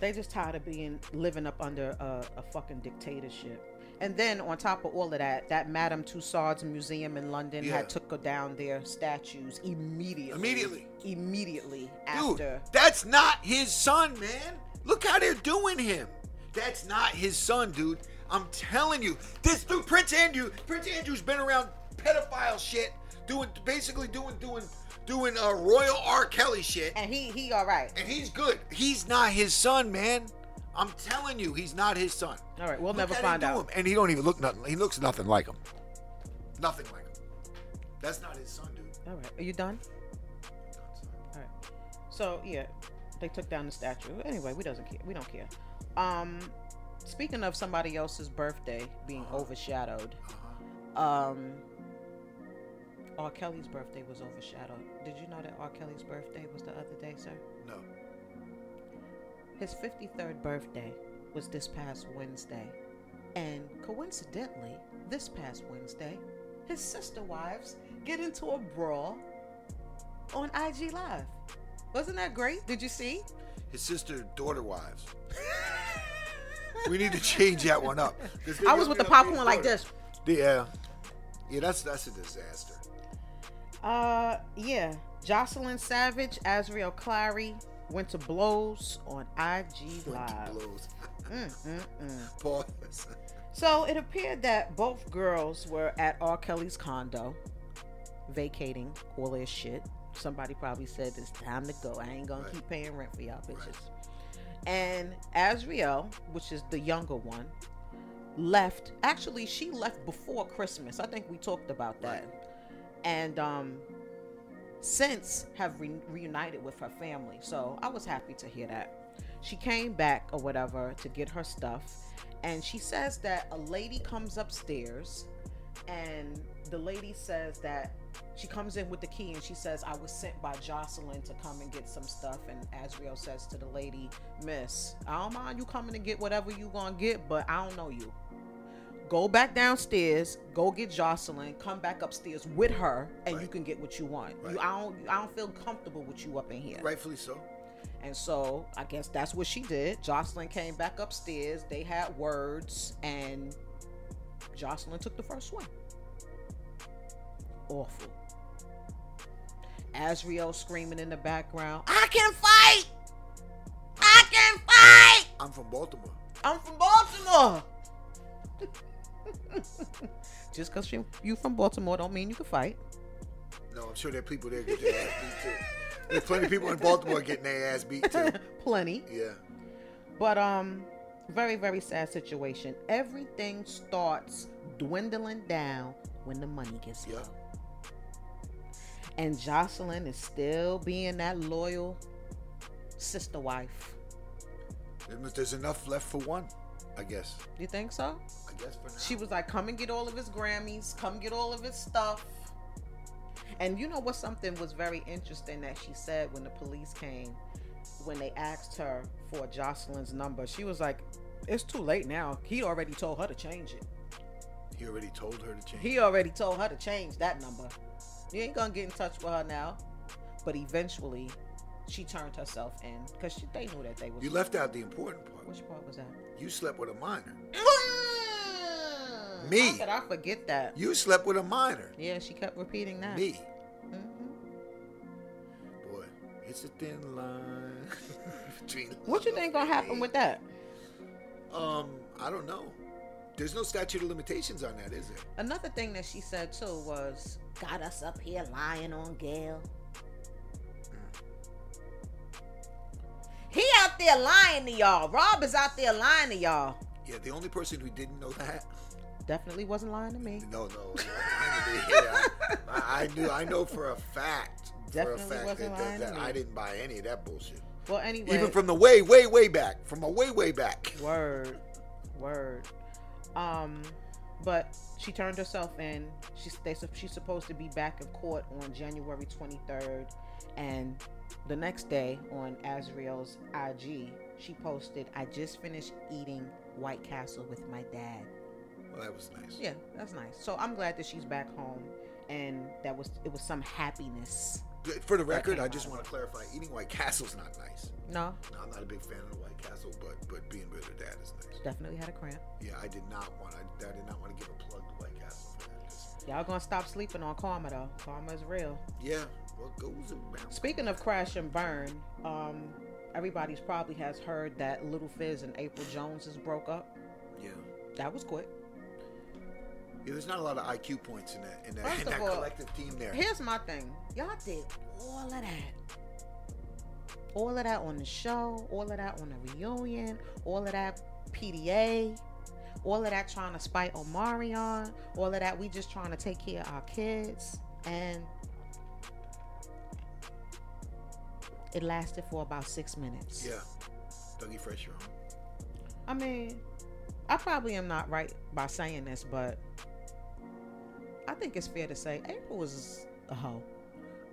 Speaker 1: They just tired of being living up under a, a fucking dictatorship. And then on top of all of that, that Madame Tussauds Museum in London
Speaker 2: Yeah.
Speaker 1: had took down their statues immediately.
Speaker 2: Immediately.
Speaker 1: Immediately
Speaker 2: Dude,
Speaker 1: after.
Speaker 2: that's not his son, man. Look how they're doing him. That's not his son, dude. I'm telling you, this dude, Prince Andrew, Prince Andrew's been around pedophile shit, doing basically doing doing doing uh, royal R. Kelly shit,
Speaker 1: And he he all right.
Speaker 2: and he's good. He's not his son, man. I'm telling you, he's not his son.
Speaker 1: All right, we'll
Speaker 2: Look
Speaker 1: never
Speaker 2: how they
Speaker 1: find
Speaker 2: do
Speaker 1: out.
Speaker 2: him. And he don't even look nothing. He looks nothing like him. Nothing like him. That's not his son, dude.
Speaker 1: All right. Are you done? All right. So yeah, they took down the statue. Anyway, we doesn't care. We don't care. Um, speaking of somebody else's birthday being overshadowed, um, R. Kelly's birthday was overshadowed. Did you know that R. Kelly's birthday was the other day, sir?
Speaker 2: No.
Speaker 1: His 53rd birthday was this past Wednesday. And coincidentally, this past Wednesday, his sister wives get into a brawl on IG Live. Wasn't that great? Did you see?
Speaker 2: his sister daughter wives. we need to change that one up. 'Cause they
Speaker 1: I was with
Speaker 2: got me
Speaker 1: the
Speaker 2: up
Speaker 1: popcorn
Speaker 2: being
Speaker 1: like
Speaker 2: daughter.
Speaker 1: this.
Speaker 2: Yeah, yeah, that's that's a disaster.
Speaker 1: Uh, yeah. Jocelyn Savage, Azriel Clary went to blows on IG Live.
Speaker 2: Blows.
Speaker 1: Uh, Mm, mm, mm.
Speaker 2: Pause.
Speaker 1: So it appeared that both girls were at R. Kelly's condo, vacating all their shit. Somebody probably said it's time to go. I ain't gonna
Speaker 2: Right.
Speaker 1: keep paying rent for y'all bitches. And Azriel, which is the younger one, left. Actually, she left before Christmas. I think we talked about that. And um, since have re- reunited with her family. So I was happy to hear that. She came back or whatever to get her stuff. And she says that a lady comes upstairs and the lady says that she comes in with the key and she says, I was sent by Jocelyn to come and get some stuff. And Azriel says to the lady, Miss, I don't mind you coming to get whatever you gonna get, but I don't know you. Go back downstairs, go get Jocelyn, come back upstairs with her, and you
Speaker 2: Right.
Speaker 1: can get what you want. You,
Speaker 2: Right.
Speaker 1: I don't I don't feel comfortable with you up in here.
Speaker 2: Rightfully so.
Speaker 1: And so I guess that's what she did. Jocelyn came back upstairs. They had words, and Jocelyn took the first one. Awful. Azriel screaming in the background. I can fight. I can fight.
Speaker 2: I'm from Baltimore.
Speaker 1: I'm from Baltimore. Just because you from Baltimore don't mean you can fight.
Speaker 2: No, I'm sure there are people there get their ass beat too. There's plenty of people in Baltimore getting their ass beat too.
Speaker 1: Plenty.
Speaker 2: Yeah.
Speaker 1: But um, very very sad situation. Everything starts dwindling down when the money gets
Speaker 2: Yep.
Speaker 1: low. And Jocelyn is still being that loyal sister wife.
Speaker 2: There must- There's enough left for one, I guess.
Speaker 1: You think so?
Speaker 2: I guess for now.
Speaker 1: She was like, "Come and get all of his Grammys. Come get all of his stuff." And you know what? Something was very interesting that she said when the police came, when they asked her for Jocelyn's number. She was like, "It's too late now. He already told her to change it."
Speaker 2: He already told her to change.
Speaker 1: He already told her to change that number. You ain't gonna get in touch with her now. But eventually, she turned herself in because they knew that they was.
Speaker 2: you left out the important part.
Speaker 1: Which part was that?
Speaker 2: You slept with a minor.
Speaker 1: How
Speaker 2: Me.
Speaker 1: could I forget that?
Speaker 2: You slept with a minor.
Speaker 1: Yeah, she kept repeating that.
Speaker 2: Me.
Speaker 1: Mhm.
Speaker 2: Boy, it's a thin line. between
Speaker 1: What you think gonna happen with that?
Speaker 2: Um, I don't know. There's no statute of limitations on that, is there?
Speaker 1: Another thing that she said too was, "Got us up here lying on Gail." He out there lying to y'all. Rob is out there lying to y'all.
Speaker 2: Yeah, the only person who didn't know that.
Speaker 1: Definitely wasn't lying to me.
Speaker 2: No, no. yeah, I, I knew. I know for a fact.
Speaker 1: Definitely
Speaker 2: for a fact
Speaker 1: wasn't lying
Speaker 2: that, that,
Speaker 1: to
Speaker 2: that
Speaker 1: me.
Speaker 2: I didn't buy any of that bullshit.
Speaker 1: Well, anyway,
Speaker 2: Even from the way, way, way back. From a way, way back.
Speaker 1: word, word. Um, but she turned herself in. She's they, sup- she's supposed to be back in court on January 23rd, and the next day on Azriel's IG, she posted, "I just finished eating White Castle with my dad."
Speaker 2: Well, that was nice.
Speaker 1: Yeah, that's nice. So I'm glad that she's back home, and that was it was some happiness.
Speaker 2: Good- For the record,
Speaker 1: came
Speaker 2: I
Speaker 1: out
Speaker 2: just
Speaker 1: of
Speaker 2: want to clarify: eating White Castle's not nice.
Speaker 1: No,
Speaker 2: Now, I'm not a big fan of the White Castle, but but being with her dad is nice.
Speaker 1: definitely had a cramp.
Speaker 2: Yeah, I did not want. I, I did not want to give a plug to White Castle for that. 'cause-
Speaker 1: Y'all gonna stop sleeping on karma though. Karma is real.
Speaker 2: Yeah, what goes around?
Speaker 1: Speaking of crash and burn, um, everybody's probably has heard that Little Fizz and April Jones is broke up.
Speaker 2: Yeah.
Speaker 1: That was quick.
Speaker 2: Yeah, there's not a lot of IQ points in that in that,
Speaker 1: First
Speaker 2: in
Speaker 1: of
Speaker 2: that
Speaker 1: all-
Speaker 2: collective team there.
Speaker 1: Here's my thing. Y'all did all of that. All of that on the show, all of that on the reunion, all of that PDA, all of that trying to spite Omarion, all of that we just trying to take care of our kids. And it lasted for about six minutes.
Speaker 2: Yeah. Dougie Fresh, you're home.
Speaker 1: I mean, I probably am not right by saying this, but I think it's fair to say April was a hoe.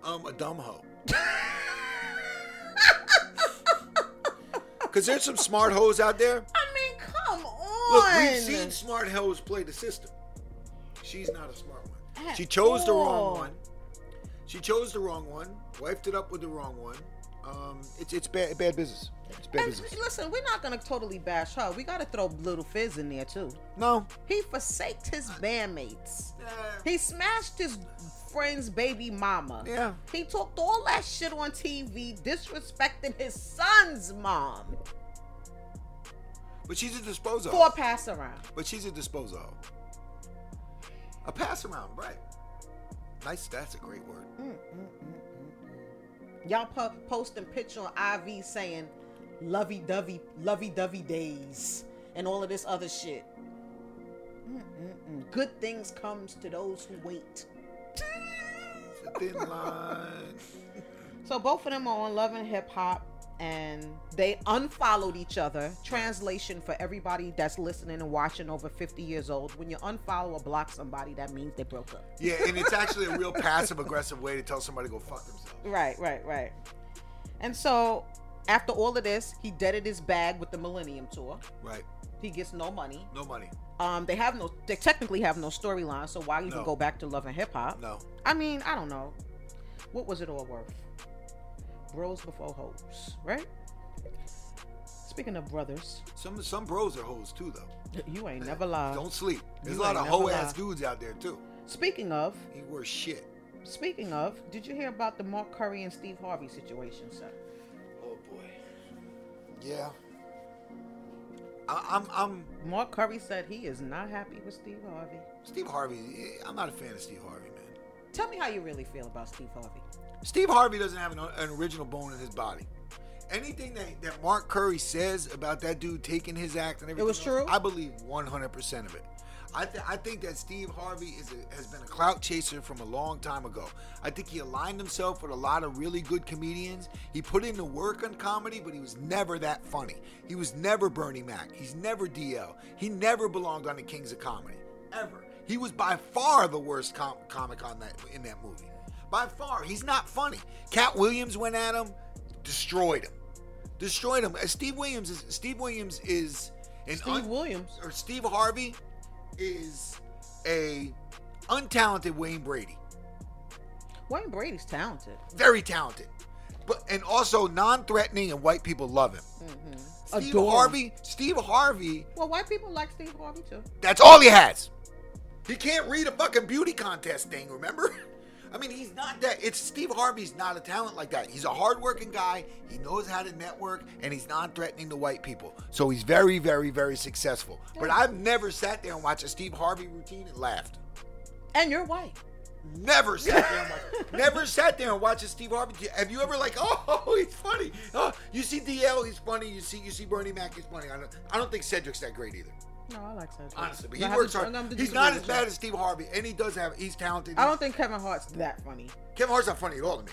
Speaker 2: Um, a dumb hoe. Because there's some smart hoes out there.
Speaker 1: I mean, come on.
Speaker 2: Look, we've seen smart hoes play the system. She's not a smart one.
Speaker 1: At
Speaker 2: She chose the
Speaker 1: all.
Speaker 2: wrong one. She chose the wrong one. Wifed it up with the wrong one. Um, it's it's bad bad business. It's bad
Speaker 1: And
Speaker 2: business.
Speaker 1: listen, we're not gonna totally bash her. We gotta throw Little Fizz in there too.
Speaker 2: No.
Speaker 1: He forsaked his bandmates.
Speaker 2: Uh,
Speaker 1: He smashed his friend's baby mama.
Speaker 2: Yeah.
Speaker 1: He talked all that shit on TV, disrespecting his son's mom
Speaker 2: But she's a disposal.
Speaker 1: for a pass around.
Speaker 2: But she's a disposal. hoe. A pass around, right? Nice. That's a great word.
Speaker 1: Y'all po- posting picture on IV saying lovey dovey, lovey dovey days, and all of this other shit. Mm-mm-mm. Good things comes to those who wait.
Speaker 2: It's a thin line.
Speaker 1: So both of them are on Love and Hip Hop, and they unfollowed each other. Translation for everybody that's listening and watching over 50 years old: when you unfollow or block somebody, that means they broke up.
Speaker 2: Yeah, and it's actually a real passive aggressive way to tell somebody to go fuck themselves.
Speaker 1: Right, right, right. And so after all of this, he deaded his bag with the Millennium Tour.
Speaker 2: Right.
Speaker 1: He gets no money.
Speaker 2: No money.
Speaker 1: Um, they have no. They technically have no storyline, so why even
Speaker 2: No.
Speaker 1: go back to Love and Hip Hop?
Speaker 2: No.
Speaker 1: I mean, I don't know. What was it all worth? Bros before hoes, right? Speaking of brothers,
Speaker 2: Some some bros are hoes too though.
Speaker 1: you ain't never lied.
Speaker 2: Don't sleep. There's
Speaker 1: you
Speaker 2: a lot
Speaker 1: ain't
Speaker 2: of
Speaker 1: never
Speaker 2: hoe ass
Speaker 1: lie.
Speaker 2: dudes out there too.
Speaker 1: Speaking of,
Speaker 2: He worth shit.
Speaker 1: speaking of, did you hear about the Mark Curry and Steve Harvey situation, sir?
Speaker 2: Oh boy. Yeah. I, I'm I'm
Speaker 1: Mark Curry said he is not happy with Steve Harvey.
Speaker 2: Steve Harvey. eh, I'm not a fan of Steve Harvey, man.
Speaker 1: Tell me how you really feel about Steve Harvey.
Speaker 2: Steve Harvey doesn't have an, an original bone in his body. Anything that, that Mark Curry says about that dude taking his act and everything,
Speaker 1: was
Speaker 2: else,
Speaker 1: true?
Speaker 2: I believe 100% of it. I, th- I think that Steve Harvey is a, has been a clout chaser from a long time ago. I think he aligned himself with a lot of really good comedians. He put in the work on comedy, but he was never that funny. He was never Bernie Mac. He's never DL. He never belonged on the Kings of Comedy ever. He was by far the worst com- comic on that in that movie. By far, he's not funny. Cat Williams went at him, destroyed him, destroyed him. Uh, Steve Williams is Steve Williams is an
Speaker 1: Steve
Speaker 2: un-
Speaker 1: Williams.
Speaker 2: or Steve Harvey is a untalented Wayne Brady.
Speaker 1: Wayne Brady's talented.
Speaker 2: Very talented. But and also non-threatening and white people love him. Steve
Speaker 1: Mm-hmm. Adore him.
Speaker 2: Harvey, Steve Harvey,
Speaker 1: Well, white people like Steve Harvey too.
Speaker 2: that's all he has. He can't read a fucking beauty contest thing, remember? I mean, he's not that. It's Steve Harvey's not a talent like that. He's a hardworking guy. He knows how to network, and he's non-threatening to white people. So he's very, very, very successful. But I've never sat there and watched a Steve Harvey routine and laughed.
Speaker 1: And you're white.
Speaker 2: Never sat there. And watched, never sat there and watched a Steve Harvey. Have you ever like, oh, he's funny. Oh, you see DL, he's funny. You see, you see Bernie Mac, he's funny. I don't, I don't think Cedric's that great either.
Speaker 1: No, I like Cedric.
Speaker 2: Honestly,
Speaker 1: I
Speaker 2: but he
Speaker 1: have
Speaker 2: works
Speaker 1: to-
Speaker 2: hard.
Speaker 1: I'm to
Speaker 2: He's
Speaker 1: disagree
Speaker 2: not
Speaker 1: with
Speaker 2: as
Speaker 1: you.
Speaker 2: bad as Steve Harvey, and he does have. He's talented.
Speaker 1: I don't think Kevin Hart's that funny,
Speaker 2: Kevin Hart's not funny at all to me.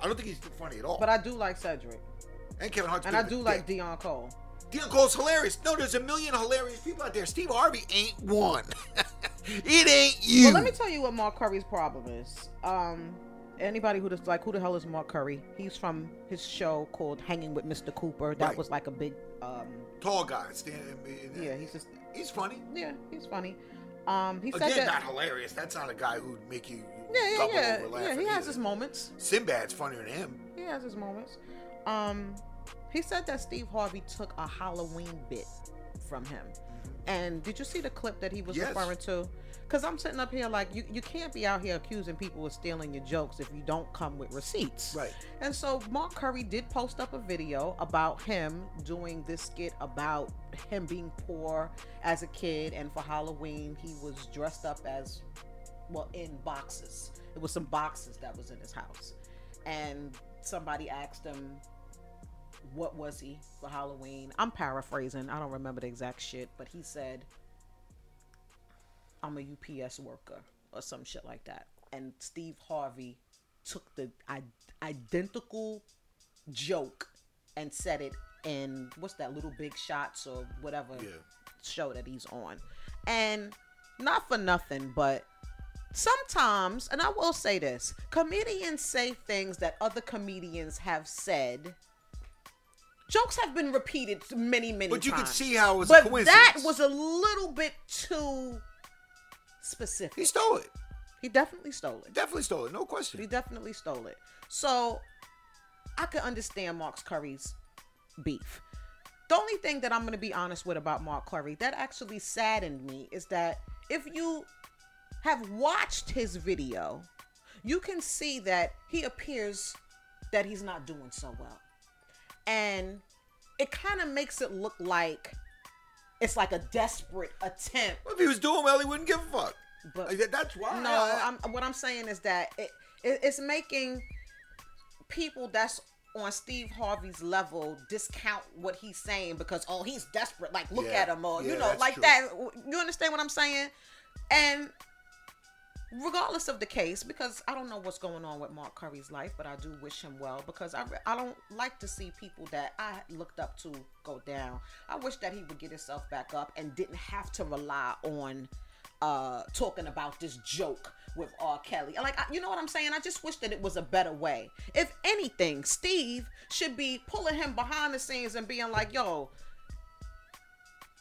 Speaker 2: I don't think he's funny at all.
Speaker 1: but I do like Cedric,
Speaker 2: and Kevin Hart's.
Speaker 1: and I do like Dion Cole.
Speaker 2: Dion Cole's hilarious. No, there's a million hilarious people out there. Steve Harvey ain't one. it ain't you.
Speaker 1: Well, let me tell you what Mark Curry's problem is. Um, anybody who just like, who the hell is Mark Curry? He's from his show called Hanging with Mr. Cooper. That
Speaker 2: Right.
Speaker 1: was like a big, um,
Speaker 2: Tall guy. Standing,
Speaker 1: yeah, he's just,
Speaker 2: he's funny.
Speaker 1: yeah, he's funny. Um, he said
Speaker 2: Again, Oh, not
Speaker 1: that,
Speaker 2: hilarious. That's not a guy who'd make you
Speaker 1: yeah, yeah,
Speaker 2: double
Speaker 1: yeah,
Speaker 2: over
Speaker 1: yeah.
Speaker 2: laughing.
Speaker 1: He has
Speaker 2: either.
Speaker 1: his moments.
Speaker 2: Sinbad's funnier than him.
Speaker 1: He has his moments. Um, he said that Steve Harvey took a Halloween bit from him. And did you see the clip that he was
Speaker 2: Yes.
Speaker 1: referring to? Because I'm sitting up here like you, you can't be out here accusing people of stealing your jokes if you don't come with receipts.
Speaker 2: Right.
Speaker 1: And so Mark Curry did post up a video about him doing this skit about him being poor as a kid, and for Halloween he was dressed up as well in boxes. It was some boxes that was in his house, and somebody asked him, "What was he for Halloween?" I'm paraphrasing. I don't remember the exact shit, but he said, "I'm a UPS worker" or some shit like that. And Steve Harvey took the I- identical joke and said it in what's that little big shots or whatever
Speaker 2: Yeah.
Speaker 1: show that he's on. And not for nothing, but sometimes, and I will say this, comedians say things that other comedians have said. Jokes have been repeated many, many
Speaker 2: But you
Speaker 1: times.
Speaker 2: could see how it was a
Speaker 1: But
Speaker 2: coincidence.
Speaker 1: that was a little bit too specific.
Speaker 2: He stole it.
Speaker 1: He definitely stole it.
Speaker 2: Definitely stole it. No question.
Speaker 1: He definitely stole it. So I could understand Mark Curry's beef. The only thing that I'm going to be honest with about Mark Curry that actually saddened me is that if you have watched his video, you can see that he appears that he's not doing so well. And it kind of makes it look like it's like a desperate attempt.
Speaker 2: Well, if he was doing well, he wouldn't give a fuck.
Speaker 1: But
Speaker 2: Like, that- that's why.
Speaker 1: no,
Speaker 2: I-
Speaker 1: I'm, what I'm saying is that it, it, it's making people that's on Steve Harvey's level discount what he's saying because oh he's desperate like look
Speaker 2: Yeah,
Speaker 1: at him or
Speaker 2: yeah,
Speaker 1: you know
Speaker 2: that's
Speaker 1: like
Speaker 2: true.
Speaker 1: that you understand what I'm saying and regardless of the case because I don't know what's going on with Mark Curry's life but I do wish him well because I, re- I don't like to see people that I looked up to go down I wish that he would get himself back up and didn't have to rely on uh talking about this joke with R. Kelly. Like, I, you know what I'm saying? I just wish that it was a better way. If anything, Steve should be pulling him behind the scenes and being like, yo,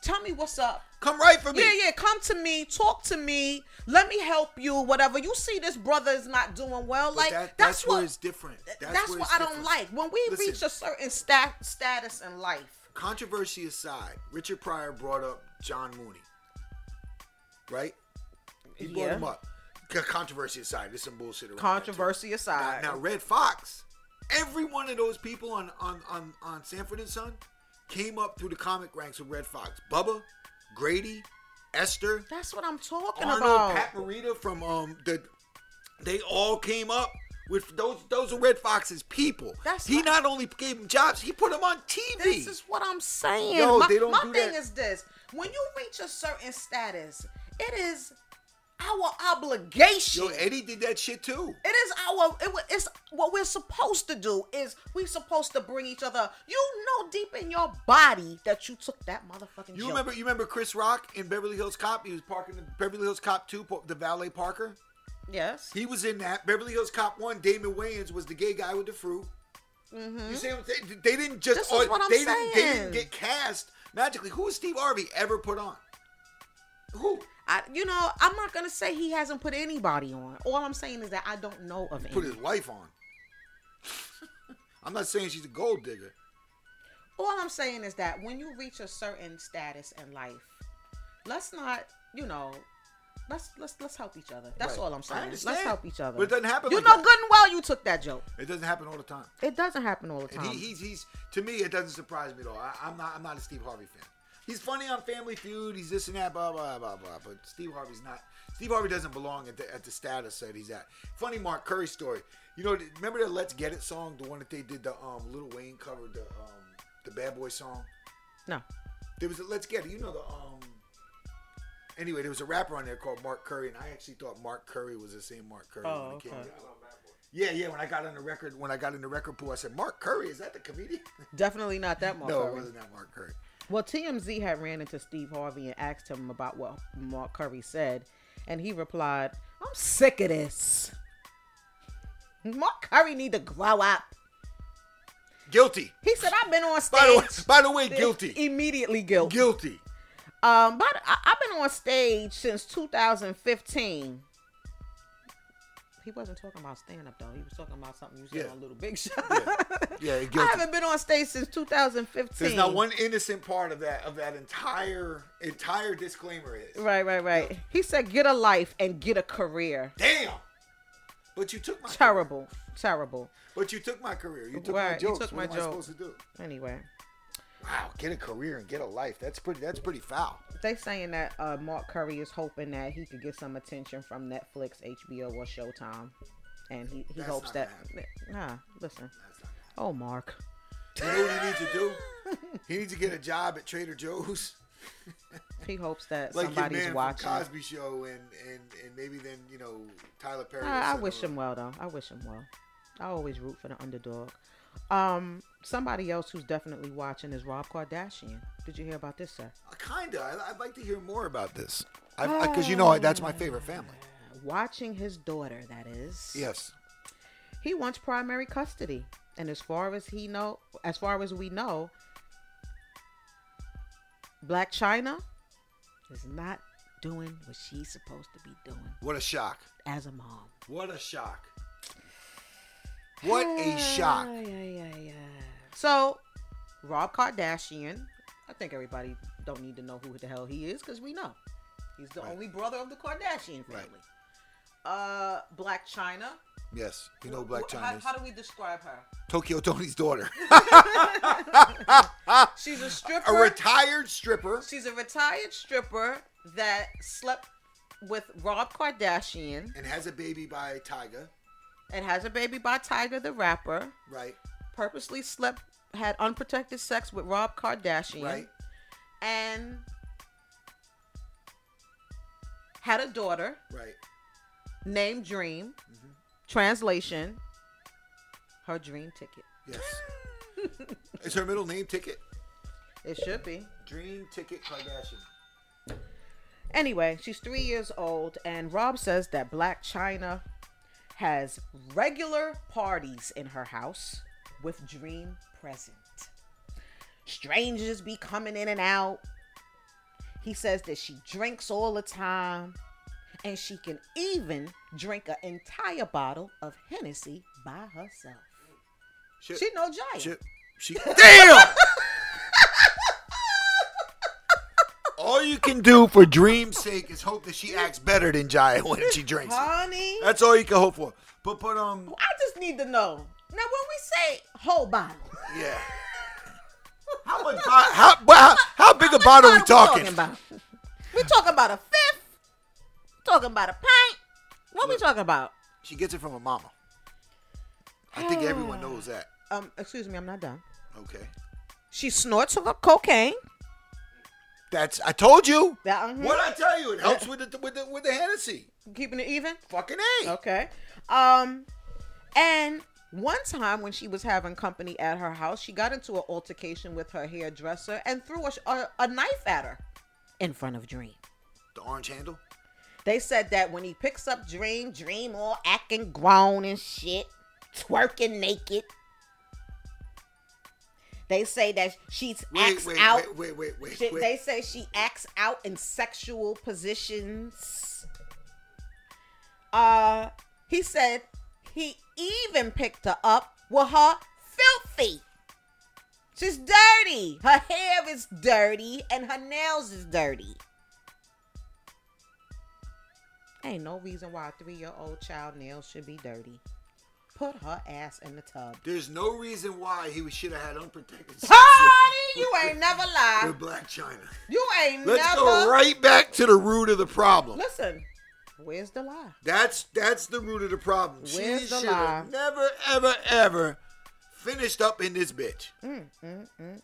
Speaker 1: tell me what's up.
Speaker 2: Come right for me.
Speaker 1: Yeah, yeah, come to me, talk to me, let me help you, whatever. You see, this brother is not doing well.
Speaker 2: But
Speaker 1: Like, that's,
Speaker 2: that- that's
Speaker 1: what,
Speaker 2: where it's different.
Speaker 1: That's,
Speaker 2: That's where
Speaker 1: what
Speaker 2: it's
Speaker 1: I don't
Speaker 2: different.
Speaker 1: like. When we
Speaker 2: Listen.
Speaker 1: reach a certain stat, status in life,
Speaker 2: Controversy aside, Richard Pryor brought up John Mooney. Right? He brought
Speaker 1: Yeah.
Speaker 2: him up. C- Controversy aside, there's some bullshit around. that, too.
Speaker 1: controversy
Speaker 2: Now,
Speaker 1: aside,
Speaker 2: now, Red Fox, every one of those people on, on, on, on Sanford and Son came up through the comic ranks with Red Fox. Bubba, Grady, Esther,
Speaker 1: that's what I'm talking
Speaker 2: Arnold
Speaker 1: about.
Speaker 2: Pat Morita from um the they all came up with those those are Red Fox's people.
Speaker 1: That's
Speaker 2: he
Speaker 1: right.
Speaker 2: not only gave them jobs, he put them on TV.
Speaker 1: This is what I'm saying.
Speaker 2: Yo,
Speaker 1: my
Speaker 2: they don't
Speaker 1: my
Speaker 2: do
Speaker 1: thing
Speaker 2: that.
Speaker 1: is this: when you reach a certain status, it is our obligation.
Speaker 2: Yo, Eddie did that shit too.
Speaker 1: it is our. It, wa- it's what we're supposed to do. Is we supposed to bring each other? You know, deep in your body, that you took that motherfucking.
Speaker 2: You
Speaker 1: joke.
Speaker 2: remember? You remember Chris Rock in Beverly Hills Cop? He was parking in Beverly Hills Cop Two, po- the valet Parker.
Speaker 1: Yes.
Speaker 2: He was in that Beverly Hills Cop One. Damon Wayans was the gay guy with the fruit. You see what I'm saying? They didn't just.
Speaker 1: This is
Speaker 2: uh,
Speaker 1: Mm-hmm. what I'm
Speaker 2: they, Didn't, they
Speaker 1: saying.
Speaker 2: didn't get cast magically. Who has Steve Harvey ever put on? Who?
Speaker 1: I, you know, I'm not gonna say he hasn't put anybody on. All I'm saying is that I don't know of
Speaker 2: put
Speaker 1: any.
Speaker 2: his wife on. I'm not saying she's a gold digger.
Speaker 1: All I'm saying is that when you reach a certain status in life, let's not, you know, let's let's let's help each other. That's
Speaker 2: Right.
Speaker 1: all I'm
Speaker 2: I
Speaker 1: saying.
Speaker 2: understand.
Speaker 1: Let's help each other.
Speaker 2: But it doesn't happen
Speaker 1: You
Speaker 2: like
Speaker 1: know
Speaker 2: that.
Speaker 1: good and well you took that joke.
Speaker 2: It doesn't happen all the time.
Speaker 1: It doesn't happen all the
Speaker 2: And
Speaker 1: time.
Speaker 2: he, he's he's to me it doesn't surprise me at all. I, I'm not I'm not a Steve Harvey fan. He's funny on Family Feud. He's this and that, blah blah blah blah. But Steve Harvey's not. Steve Harvey doesn't belong at the at the status that he's at. Funny Mark Curry story. You know, remember that "Let's Get It" song, the one that they did the um Little Wayne covered the um the Bad Boy song.
Speaker 1: no.
Speaker 2: There was a Let's Get It. You know the um. Anyway, there was a rapper on there called Mark Curry, and I actually thought Mark Curry was the same Mark Curry
Speaker 4: Oh,
Speaker 2: when it came
Speaker 4: okay.
Speaker 2: out. Yeah, yeah. When I got on the record, when I got in the record pool, I said, "Mark Curry is that the comedian?"
Speaker 1: Definitely not that Mark
Speaker 2: no, it
Speaker 1: Curry.
Speaker 2: wasn't that Mark Curry.
Speaker 1: Well, TMZ had ran into Steve Harvey and asked him about what Mark Curry said, and he replied, "I'm sick of this. Mark Curry need to grow up."
Speaker 2: Guilty.
Speaker 1: He said, "I've been on stage."
Speaker 2: By the way, by the way, guilty.
Speaker 1: Immediately guilty.
Speaker 2: Guilty.
Speaker 1: Um, but I, I've been on stage since 2015. He wasn't talking about stand up though. He was talking about something you said
Speaker 2: Yeah.
Speaker 1: on Little Big Show.
Speaker 2: Yeah,
Speaker 1: I
Speaker 2: guilty.
Speaker 1: haven't been on stage since 2015.
Speaker 2: There's not one innocent part of that of that entire entire disclaimer is.
Speaker 1: Right, right, right. He said, "Get a life and get a career."
Speaker 2: Damn. But you took my
Speaker 1: Terrible, terrible.
Speaker 2: But you took my career. You took my
Speaker 1: Right, you
Speaker 2: jokes.
Speaker 1: took
Speaker 2: what
Speaker 1: my
Speaker 2: am I
Speaker 1: joke.
Speaker 2: supposed to do?
Speaker 1: Anyway,
Speaker 2: Wow, get a career and get a life. That's pretty. That's pretty foul.
Speaker 1: they saying that uh, Mark Curry is hoping that he could get some attention from Netflix, HBO, or Showtime, and he, he
Speaker 2: That's
Speaker 1: hopes
Speaker 2: not
Speaker 1: that.
Speaker 2: gonna
Speaker 1: Nah, listen. Oh, Mark.
Speaker 2: You know what he needs to do? He needs to get a job at Trader Joe's,
Speaker 1: He hopes that
Speaker 2: like your
Speaker 1: somebody's
Speaker 2: man
Speaker 1: watching.
Speaker 2: from Cosby Show, and and and maybe then you know Tyler Perry. or
Speaker 1: I, I
Speaker 2: something.
Speaker 1: wish him well though. I wish him well. I always root for the underdog. Um, somebody else who's definitely watching is Rob Kardashian. Did you hear about this, sir?
Speaker 2: Uh, Kinda. I, I'd like to hear more about this, because I, 'cause you know that's
Speaker 1: Ah.
Speaker 2: my favorite family.
Speaker 1: Watching his daughter, that is.
Speaker 2: Yes.
Speaker 1: He wants primary custody, and as far as he know, as far as we know, Black China is not doing what she's supposed to be doing
Speaker 2: What a shock.
Speaker 1: as a mom.
Speaker 2: What a shock. What a shock.
Speaker 1: Ay, ay, ay, ay. So, Rob Kardashian. I think everybody don't need to know who the hell he is because we know he's the
Speaker 2: Right.
Speaker 1: only brother of the Kardashian family.
Speaker 2: Right.
Speaker 1: Uh, Black China.
Speaker 2: Yes, you know Oh, Black
Speaker 1: Wh- how-
Speaker 2: China.
Speaker 1: How, do we describe her?
Speaker 2: Tokyo Tony's daughter.
Speaker 1: She's a
Speaker 2: a
Speaker 1: stripper.
Speaker 2: retired stripper.
Speaker 1: she's a retired stripper that slept with Rob Kardashian
Speaker 2: And has a baby by Tyga.
Speaker 1: and has a baby by Tiger the rapper.
Speaker 2: Right.
Speaker 1: Purposely slept, had unprotected sex with Rob Kardashian.
Speaker 2: Right.
Speaker 1: and had a daughter
Speaker 2: Right.
Speaker 1: named Dream. Translation: Her dream ticket.
Speaker 2: Yes. Is her middle name Ticket?
Speaker 1: It should be.
Speaker 2: Dream Ticket Kardashian.
Speaker 1: Anyway, she's three years old, and Rob says that Black China has regular parties in her house with Dream present. Strangers be coming in and out. He says that she drinks all the time, and she can even drink an entire bottle of Hennessy by herself.
Speaker 2: Shit.
Speaker 1: She no giant.
Speaker 2: Shit. She. Damn! All you can do for dream's sake is hope that she acts better than Jaya when she drinks. it.
Speaker 1: Honey,
Speaker 2: That's all you can hope for. But but um
Speaker 1: I just need to know. Now, when we say whole bottle,
Speaker 2: yeah. How much? bo- How how, how big a bottle we
Speaker 1: What are
Speaker 2: talking?
Speaker 1: about? We talking about a fifth. Talking about a pint. What we talking about?
Speaker 2: She gets it from her mama. I think everyone knows that.
Speaker 1: Um, excuse me, I'm not done.
Speaker 2: Okay.
Speaker 1: She snorts her cocaine.
Speaker 2: That's I told you.
Speaker 1: That mhm.
Speaker 2: What I tell you, it helps with the with the with the Hennessy.
Speaker 1: keeping it even.
Speaker 2: Fucking a.
Speaker 1: Okay. Um, and one time when she was having company at her house, she got into an altercation with her hairdresser and threw a, a, a knife at her in front of Dream.
Speaker 2: The orange handle.
Speaker 1: They said that when he picks up Dream, Dream all acting grown and shit, twerking naked. They say that she's
Speaker 2: Wait
Speaker 1: acts
Speaker 2: wait,
Speaker 1: out.
Speaker 2: wait wait wait wait
Speaker 1: She-
Speaker 2: wait.
Speaker 1: They say she acts out in sexual positions. Uh, he said he even picked her up with her filthy. She's dirty. Her hair is dirty and her nails is dirty. Ain't no reason why a three-year-old child nails should be dirty. Put her ass in the tub.
Speaker 2: There's no reason why he should have had unprotected sex
Speaker 1: Honey,
Speaker 2: with-
Speaker 1: you ain't never
Speaker 2: with
Speaker 1: lied.
Speaker 2: Black China.
Speaker 1: You ain't
Speaker 2: Let's
Speaker 1: Ah! never.
Speaker 2: go right back to the root of the problem.
Speaker 1: Listen, where's the lie?
Speaker 2: That's that's the root of the problem. She
Speaker 1: Where's the
Speaker 2: should have
Speaker 1: lie?
Speaker 2: never, ever, ever finished up in this bitch.
Speaker 1: Mm,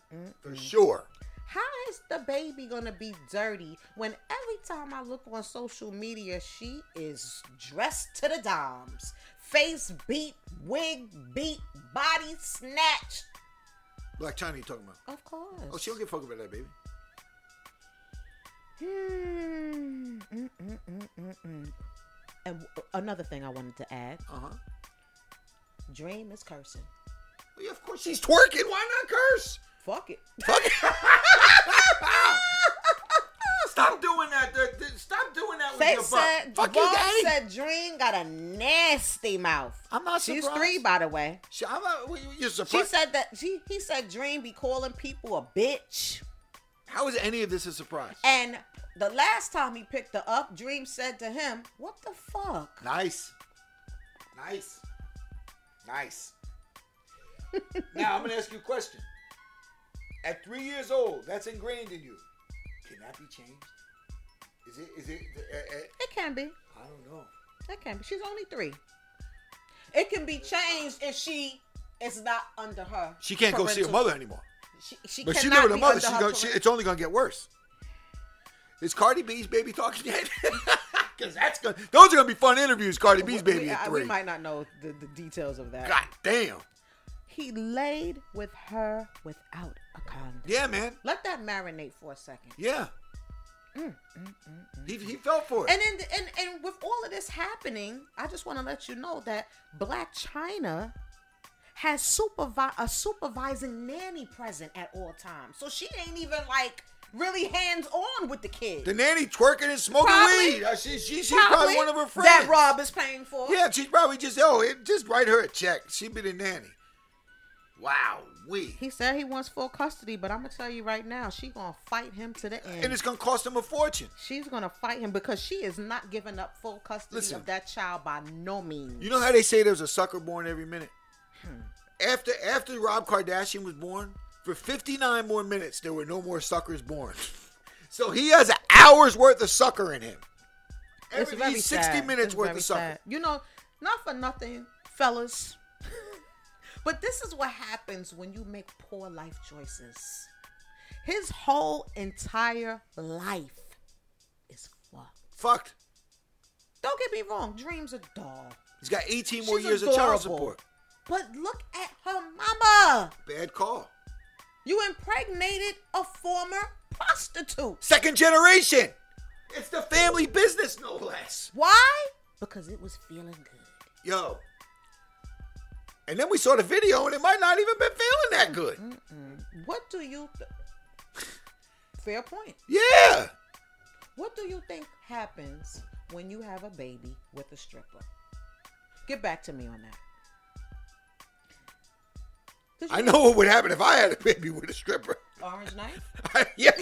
Speaker 2: For sure.
Speaker 1: How is the baby gonna be dirty when every time I look on social media, she is dressed to the dimes, face beat, wig beat, body snatched.
Speaker 2: Black China, you talking about?
Speaker 1: Of course.
Speaker 2: Oh, she don't give a fuck about that, baby.
Speaker 1: Hmm. Mm, mm, mm, mm, mm. And w- uh, another thing I wanted to add:
Speaker 2: Uh huh.
Speaker 1: Dream is cursing.
Speaker 2: Well, yeah, of course she's twerking. Why not curse?
Speaker 1: Fuck it.
Speaker 2: Fuck it. Stop doing that. Th- th- Stop doing that with
Speaker 1: They
Speaker 2: your butt.
Speaker 1: said,
Speaker 2: fuck you,
Speaker 1: Vaughn
Speaker 2: daddy.
Speaker 1: said Dream got a nasty mouth.
Speaker 2: I'm not
Speaker 1: She's
Speaker 2: surprised.
Speaker 1: three, by the way.
Speaker 2: She- I'm not- well, you- you're
Speaker 1: She
Speaker 2: surprised.
Speaker 1: said that she he said Dream be calling people a bitch.
Speaker 2: How is any of this a surprise?
Speaker 1: And the last time he picked her up, Dream said to him, What the fuck?
Speaker 2: Nice. Nice. Nice. now I'm gonna ask you a question. At three years old, that's ingrained in you. Can that be changed? Is it? Is it? Uh, uh,
Speaker 1: It can be.
Speaker 2: I don't know.
Speaker 1: It can be. She's only three. It can be changed if she is not under her.
Speaker 2: She can't go see her
Speaker 1: parental-
Speaker 2: mother anymore.
Speaker 1: She, she
Speaker 2: But she
Speaker 1: cannot
Speaker 2: live with her
Speaker 1: be
Speaker 2: mother.
Speaker 1: under
Speaker 2: She
Speaker 1: her
Speaker 2: go, she,
Speaker 1: parent-
Speaker 2: it's only gonna get worse. Is Cardi B's baby talking yet? Because that's gonna. Those are gonna be fun interviews. Cardi B's
Speaker 1: We- uh,
Speaker 2: baby
Speaker 1: we,
Speaker 2: at
Speaker 1: I-
Speaker 2: three.
Speaker 1: We might not know the, the details of that.
Speaker 2: God damn.
Speaker 1: He laid with her without a condom.
Speaker 2: Yeah, man.
Speaker 1: Let that marinate for a second.
Speaker 2: Yeah. He, he fell for it.
Speaker 1: And in and and with all of this happening, I just want to let you know that Black China has supervi- a supervising nanny present at all times. So she ain't even like
Speaker 4: really hands on with the kid.
Speaker 2: The nanny twerking and smoking
Speaker 4: Probably.
Speaker 2: weed. Uh, She, she, she's probably, one of her friends.
Speaker 4: that Rob is paying for.
Speaker 2: Yeah, she's probably just, oh, it, just write her a check. She'd be the nanny. Wow, we.
Speaker 1: He said he wants full custody, but I'm gonna tell you right now, she gonna fight him to the end.
Speaker 2: And it's going to cost him a fortune.
Speaker 1: She's gonna fight him because she is not giving up full custody
Speaker 2: Listen.
Speaker 1: of that child by no means.
Speaker 2: You know how they say there's a sucker born every minute?
Speaker 1: Hmm.
Speaker 2: After after Rob Kardashian was born, for 59 more minutes, there were no more suckers born. so he has an hour's worth of sucker in him.
Speaker 1: it's
Speaker 2: Every-
Speaker 1: very
Speaker 2: he's 60
Speaker 1: sad.
Speaker 2: minutes
Speaker 1: It's
Speaker 2: worth
Speaker 1: very
Speaker 2: of sucker.
Speaker 1: sad. You know, not for nothing, fellas. but this is what happens when you make poor life choices. His whole entire life is fucked.
Speaker 2: Fucked.
Speaker 1: Don't get me wrong, dreams are dull.
Speaker 2: He's got 18 more
Speaker 1: She's
Speaker 2: years of child
Speaker 1: adorable.
Speaker 2: support.
Speaker 1: But look at her mama.
Speaker 2: Bad call.
Speaker 1: You impregnated a former prostitute.
Speaker 2: Second generation. It's the family business, no less.
Speaker 1: Why? Because it was feeling good.
Speaker 2: Yo. And then we saw the video, and it might not even been feeling that good.
Speaker 1: Mm-hmm. What do you. Th- Fair point.
Speaker 2: Yeah.
Speaker 1: What do you think happens when you have a baby with a stripper? Get back to me on that. 'Cause
Speaker 2: I
Speaker 1: you-
Speaker 2: know what would happen if I had a baby with a stripper.
Speaker 1: Orange knife?
Speaker 2: yeah.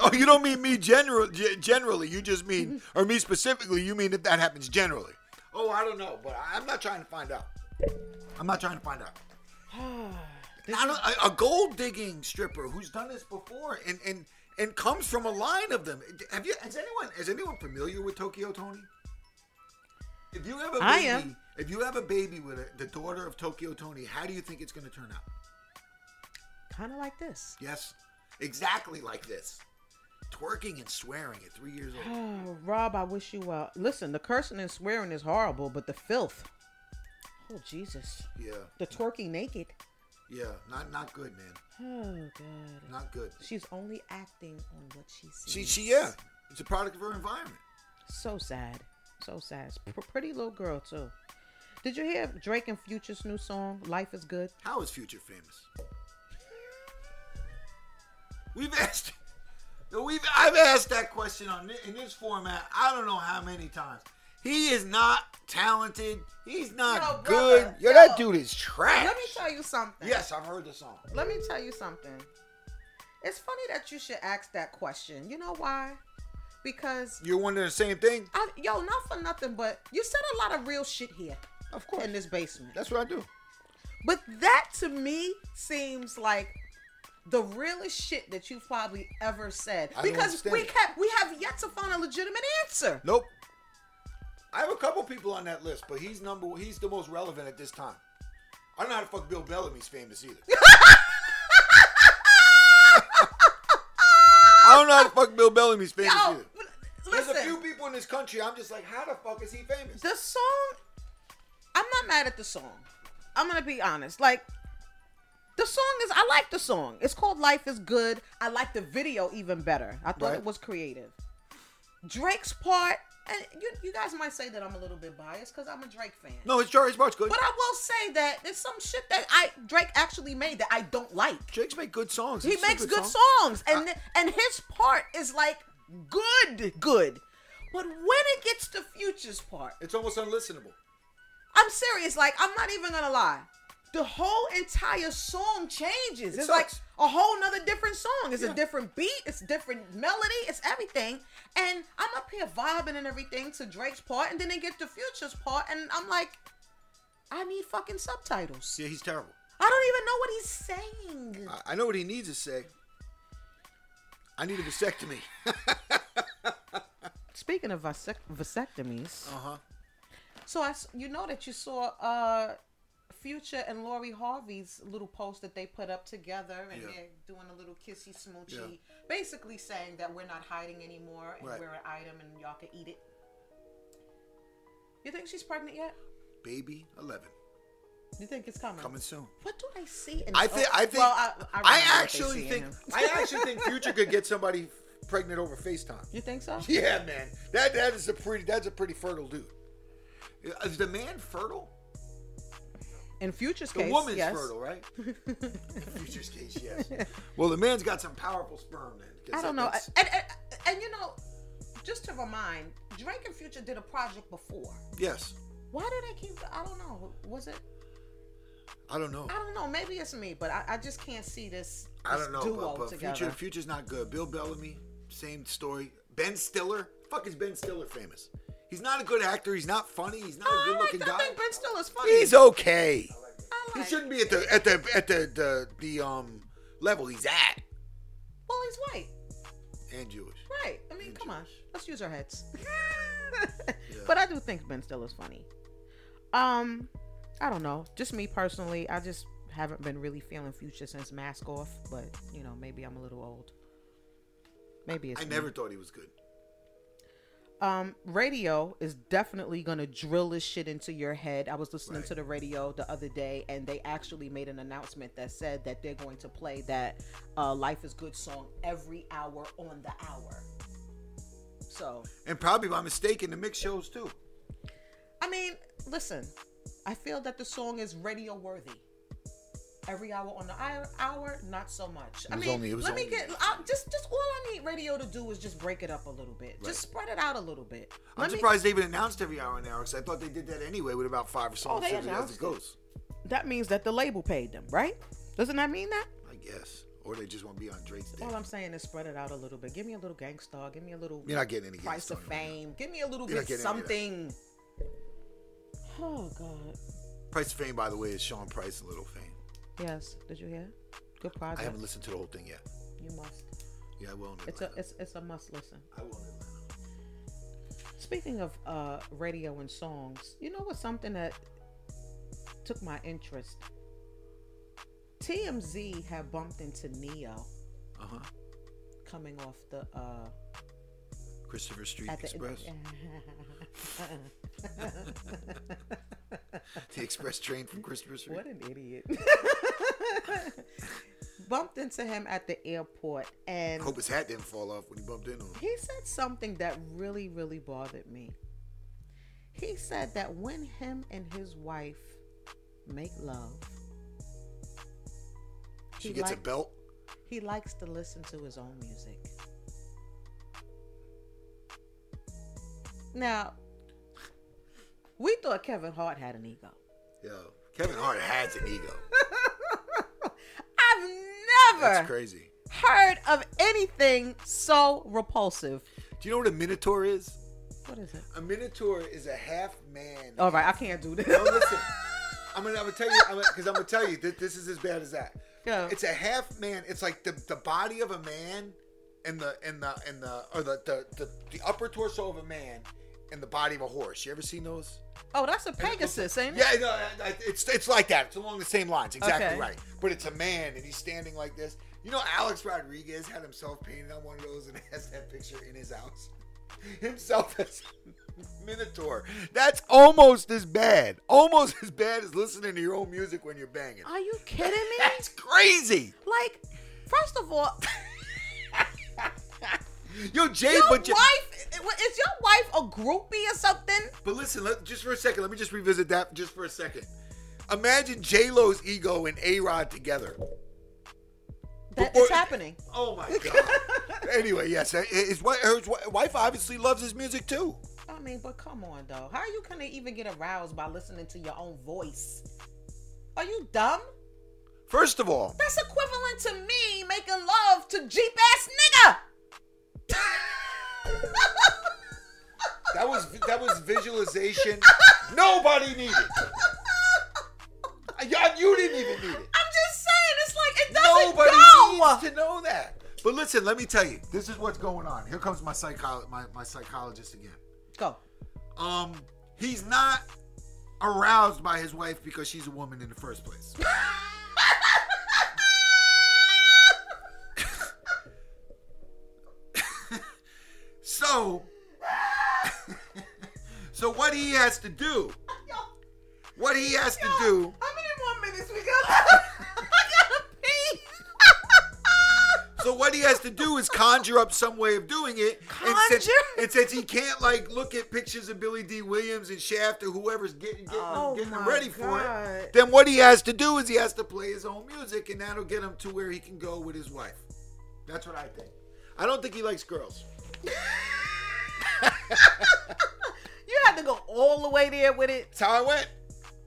Speaker 2: oh, you don't mean me general, ge- generally. You just mean, or me specifically, you mean if that happens generally. Oh, I don't know, but I- I'm not trying to find out. I'm not trying to find out. Not a, a gold digging stripper who's done this before and, and, and comes from a line of them. Have you? Has anyone is anyone familiar with Tokyo Tony? If you have a baby,
Speaker 4: I am.
Speaker 2: if you have a baby with a, the daughter of Tokyo Tony, how do you think it's going to turn out?
Speaker 4: Kind of like this.
Speaker 2: Yes, exactly like this. Twerking and swearing at three years old.
Speaker 4: Oh, Rob, I wish you well. Listen, the cursing and swearing is horrible, but the filth. Oh Jesus.
Speaker 2: Yeah,
Speaker 4: The twerking naked.
Speaker 2: yeah, not not good, man.
Speaker 4: Oh God.
Speaker 2: Not good.
Speaker 4: She's only acting on what she sees.
Speaker 2: She she yeah, it's a product of her environment.
Speaker 4: So sad. So sad. It's pr- pretty little girl too. Did you hear Drake and Future's new song, Life is Good?
Speaker 2: How is Future famous? We've asked. We've I've asked that question on thi- in this format. I don't know how many times. He is not talented. He's
Speaker 1: Yo,
Speaker 2: not good.
Speaker 1: brother,
Speaker 2: Yo,
Speaker 1: yo.
Speaker 2: that dude is trash.
Speaker 1: Let me tell you something.
Speaker 2: Yes, I've heard the song.
Speaker 1: Let me tell you something. It's funny that you should ask that question. You know why? Because
Speaker 2: You're wondering the same thing.
Speaker 1: I, yo, not for nothing, but you said a lot of real shit here
Speaker 2: Of course,
Speaker 1: in this basement.
Speaker 2: that's what I do.
Speaker 1: But that to me seems like the realest shit that you've probably ever said.
Speaker 2: I don't
Speaker 1: Because
Speaker 2: understand
Speaker 1: we
Speaker 2: it.
Speaker 1: kept we have yet to find a legitimate answer.
Speaker 2: Nope. I have a couple people on that list, but he's number one. He's the most relevant at this time. I don't know how the fuck Bill Bellamy's famous either. I don't know how the fuck Bill Bellamy's famous
Speaker 1: Yo,
Speaker 2: either. There's
Speaker 1: listen,
Speaker 2: a few people in this country. I'm just like, how the fuck is he famous?
Speaker 1: the song. I'm not mad at the song. I'm gonna be honest. Like, the song is. I like the song. It's called "Life Is Good." I like the video even better. I thought
Speaker 2: Right.
Speaker 1: it was creative. Drake's part, and you, you guys might say that I'm a little bit biased because I'm a Drake fan.
Speaker 2: No, it's Charlie Sparks. Good.
Speaker 1: But I will say that there's some shit that I Drake actually made that I don't like.
Speaker 2: Drake's make good songs.
Speaker 1: He
Speaker 2: It's a
Speaker 1: makes good
Speaker 2: song.
Speaker 1: songs, and and his part is like good, good. But when it gets to Future's part,
Speaker 2: It's almost unlistenable.
Speaker 1: I'm serious. Like I'm not even gonna lie. The whole entire song changes.
Speaker 2: It
Speaker 1: it's like
Speaker 2: sucks.
Speaker 1: a whole nother different song. It's
Speaker 2: Yeah.
Speaker 1: a different beat. It's different melody. It's everything. And I'm up here vibing and everything to Drake's part, and then they get to Future's part, and I'm like, I need fucking subtitles.
Speaker 2: Yeah, he's terrible.
Speaker 1: I don't even know what he's saying.
Speaker 2: I, I know what he needs to say. I need a vasectomy. uh
Speaker 4: Speaking of vasect- vasectomies,
Speaker 2: huh.
Speaker 1: So I, s- you know that you saw uh, Future and Lori Harvey's little post that they put up together, and
Speaker 2: Yeah.
Speaker 1: they're doing a little kissy smoochy,
Speaker 2: Yeah.
Speaker 1: basically saying that we're not hiding anymore, and
Speaker 2: Right.
Speaker 1: we're an item, and y'all can eat it. You think she's pregnant yet?
Speaker 2: Baby 11.
Speaker 1: You think it's coming?
Speaker 2: Coming soon.
Speaker 1: What do I see? In
Speaker 2: I
Speaker 1: oh,
Speaker 2: think I think
Speaker 1: well,
Speaker 2: I,
Speaker 1: remember what they see
Speaker 2: actually
Speaker 1: in
Speaker 2: think
Speaker 1: him.
Speaker 2: I actually think Future could get somebody pregnant over FaceTime.
Speaker 1: You think so?
Speaker 2: Yeah, man. That that Uh, is a pretty that's a pretty fertile dude. Is the man fertile?
Speaker 1: In Future's
Speaker 2: The
Speaker 1: case,
Speaker 2: woman's
Speaker 1: yes.
Speaker 2: fertile, right? In Future's case, yes. Well, the man's got some powerful sperm then. 'cause
Speaker 1: I don't know.
Speaker 2: that's-
Speaker 5: And, and, and you know, just to remind, Drake and Future did a project before.
Speaker 2: yes.
Speaker 5: Why do they keep? I don't know. Was it?
Speaker 2: I don't know.
Speaker 5: I don't know. Maybe it's me, but I, I just can't see this.
Speaker 2: I
Speaker 5: this
Speaker 2: don't know.
Speaker 5: Duo
Speaker 2: But, but
Speaker 5: together.
Speaker 2: Future, Future's not good. Bill Bellamy, same story. Ben Stiller. Fuck is Ben Stiller famous? He's not a good actor. He's not funny. He's not a
Speaker 5: I,
Speaker 2: good
Speaker 5: like,
Speaker 2: looking
Speaker 5: I
Speaker 2: guy.
Speaker 5: think Ben Stiller's funny.
Speaker 2: He's okay.
Speaker 5: I
Speaker 2: He
Speaker 5: like-
Speaker 2: shouldn't be at the at the at the the, the um level he's at
Speaker 5: well, he's white,
Speaker 2: and Jewish.
Speaker 5: right? I mean, come on.
Speaker 1: Let's use our heads. But I do think Ben Stiller's funny. Um, I don't know. Just me personally, I just haven't been really feeling Future since Mask Off. But you know, maybe I'm a little old. Maybe it's
Speaker 2: I
Speaker 1: me.
Speaker 2: never thought he was good.
Speaker 1: um radio is definitely gonna drill this shit into your head i was listening
Speaker 2: Right.
Speaker 1: to the radio the other day and they actually made an announcement that said that they're going to play that uh life is good song every hour on the hour so
Speaker 2: And probably by mistake in the mix shows too.
Speaker 1: i mean listen i feel that the song is radio worthy every hour on the hour, hour not so much i
Speaker 2: was
Speaker 1: mean
Speaker 2: only- it was
Speaker 1: let me
Speaker 2: only-
Speaker 1: get I, just just all i need radio to do is just break it up a little bit just spread it out a little bit
Speaker 2: I'm
Speaker 1: Let me-
Speaker 2: surprised they even announced every hour an hour because I thought they did that anyway with about five
Speaker 1: Oh,
Speaker 2: songs
Speaker 1: they
Speaker 2: as it- as
Speaker 1: announced
Speaker 2: it
Speaker 1: it.
Speaker 2: goes.
Speaker 1: that means that the label paid them, right? Doesn't that mean that?
Speaker 2: I guess. Or they just want to be on Drake's dick.
Speaker 1: All I'm saying is spread it out a little bit. Give me a little gangstar. Give me a little
Speaker 2: You're not getting any
Speaker 1: price
Speaker 2: gangsta
Speaker 1: of
Speaker 2: on that.
Speaker 1: fame. Give me a little
Speaker 2: You're not
Speaker 1: bit
Speaker 2: getting any of that.
Speaker 1: something. Oh God.
Speaker 2: Price of Fame, by the way, is Sean Price and Little Fame.
Speaker 1: Yes. Did you hear? Good
Speaker 2: I
Speaker 1: project.
Speaker 2: haven't listened to the whole thing yet.
Speaker 1: You must.
Speaker 2: Yeah, I will. In
Speaker 1: It's a
Speaker 2: Atlanta.
Speaker 1: it's it's a must listen.
Speaker 2: I will. In Atlanta.
Speaker 1: Speaking of uh radio and songs, you know what's something that took my interest? TMZ had bumped into Neo
Speaker 2: Uh huh.
Speaker 1: coming off the uh
Speaker 2: Christopher Street
Speaker 1: at the
Speaker 2: Express. the express train from Christopher Street.
Speaker 1: What an idiot. Bumped into him at the airport and
Speaker 2: Hope his hat didn't fall off when he bumped into him.
Speaker 1: he said something that really, really bothered me. He said that when him and his wife make love,
Speaker 2: She
Speaker 1: he,
Speaker 2: gets a
Speaker 1: like-
Speaker 2: belt.
Speaker 1: he likes to listen to his own music. Now, we thought Kevin Hart had an ego.
Speaker 2: Yo, Kevin Hart has an ego.
Speaker 1: I've
Speaker 2: That's
Speaker 1: never
Speaker 2: crazy.
Speaker 1: heard of anything so repulsive.
Speaker 2: Do you know what a minotaur is?
Speaker 1: What is it?
Speaker 2: A minotaur is a half man.
Speaker 1: All right, I can't do this.
Speaker 2: No, listen. I'm gonna, I'm gonna tell you because I'm gonna tell you that this is as bad as that.
Speaker 1: Yeah.
Speaker 2: It's a half man. It's like the, the body of a man, and the and the and the or the the, the the upper torso of a man, and the body of a horse. You ever seen those?
Speaker 1: Oh, that's a Pegasus, ain't it?
Speaker 2: Yeah, no, I- I- it's it's like that. It's along the same lines, exactly
Speaker 1: Okay.
Speaker 2: right. But it's a man, and he's standing like this. You know, Alex Rodriguez had himself painted on one of those, and has that picture in his house. Himself as Minotaur. That's almost as bad. Almost as bad as listening to your own music when you're banging.
Speaker 1: Are you kidding me?
Speaker 2: That's crazy.
Speaker 1: Like, first of all,
Speaker 2: Yo, Jay,
Speaker 1: your
Speaker 2: but you-
Speaker 1: wife is your wife a groupie or something?
Speaker 2: But listen, let, just for a second, let me just revisit that just for a second. Imagine J Lo's ego and A Rod together.
Speaker 1: That
Speaker 2: Before-
Speaker 1: is happening.
Speaker 2: Oh my god. anyway, yes, uh, his, wi- her wi- wife obviously loves his music too.
Speaker 1: I mean, but come on, though. How are you gonna even get aroused by listening to your own voice? Are you dumb?
Speaker 2: First of all,
Speaker 1: That's equivalent to me making love to Jeep ass nigga.
Speaker 2: that was that was visualization nobody needed. Uh, y'all- You didn't even need it.
Speaker 1: I'm just saying, it's like it doesn't
Speaker 2: Nobody
Speaker 1: go.
Speaker 2: needs to know that. But listen, let me tell you, this is what's going on. Here comes my psycholo- my, my psychologist again.
Speaker 1: Go.
Speaker 2: Um, he's not aroused by his wife because she's a woman in the first place. so, so what he has to do, what he has to do,
Speaker 1: How many more minutes we got? I gotta pee.
Speaker 2: So what he has to do is conjure up some way of doing it. And since,
Speaker 1: Conjure?
Speaker 2: and since he can't like look at pictures of Billy D. Williams and Shaft or whoever's getting getting,
Speaker 1: Oh
Speaker 2: getting him
Speaker 1: my
Speaker 2: ready for
Speaker 1: God.
Speaker 2: it, then what he has to do is he has to play his own music, and that'll get him to where he can go with his wife. That's what I think. I don't think he likes girls.
Speaker 1: You had to go all the way there with it.
Speaker 2: That's how I went.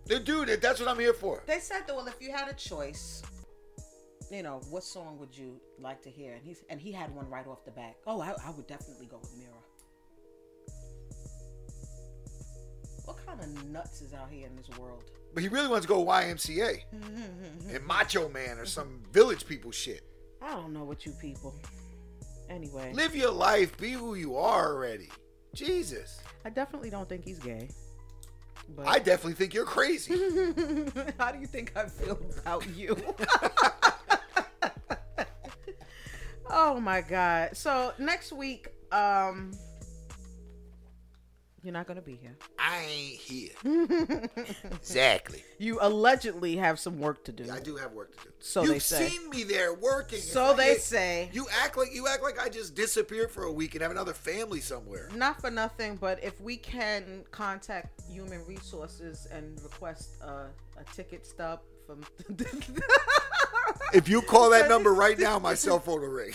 Speaker 2: Dude, dude, that's what I'm here for.
Speaker 1: They said, though, well, if you had a choice, you know, what song would you like to hear? And he's and he had one right off the back. Oh, I, I would definitely go with Mira. What kind of nuts is out here in this world?
Speaker 2: But he really wants to go YMCA and Macho Man or some village people shit.
Speaker 1: I don't know what you people. Anyway,
Speaker 2: Live your life. Be who you are already. Jesus.
Speaker 1: I definitely don't think he's gay. But
Speaker 2: I definitely think you're crazy.
Speaker 1: How do you think I feel about you? oh my god. So next week, um you're not gonna be here.
Speaker 2: I ain't here. exactly.
Speaker 1: You allegedly have some work to do.
Speaker 2: I do have work to do.
Speaker 1: So
Speaker 2: You've
Speaker 1: they say.
Speaker 2: seen me there working.
Speaker 1: So
Speaker 2: It's like,
Speaker 1: they
Speaker 2: it-
Speaker 1: say.
Speaker 2: You act like you act like I just disappeared for a week and have another family somewhere.
Speaker 1: Not for nothing, but if we can contact human resources and request uh, a ticket stub from
Speaker 2: If you call that number right now, my cell phone will
Speaker 1: Um,
Speaker 2: ring.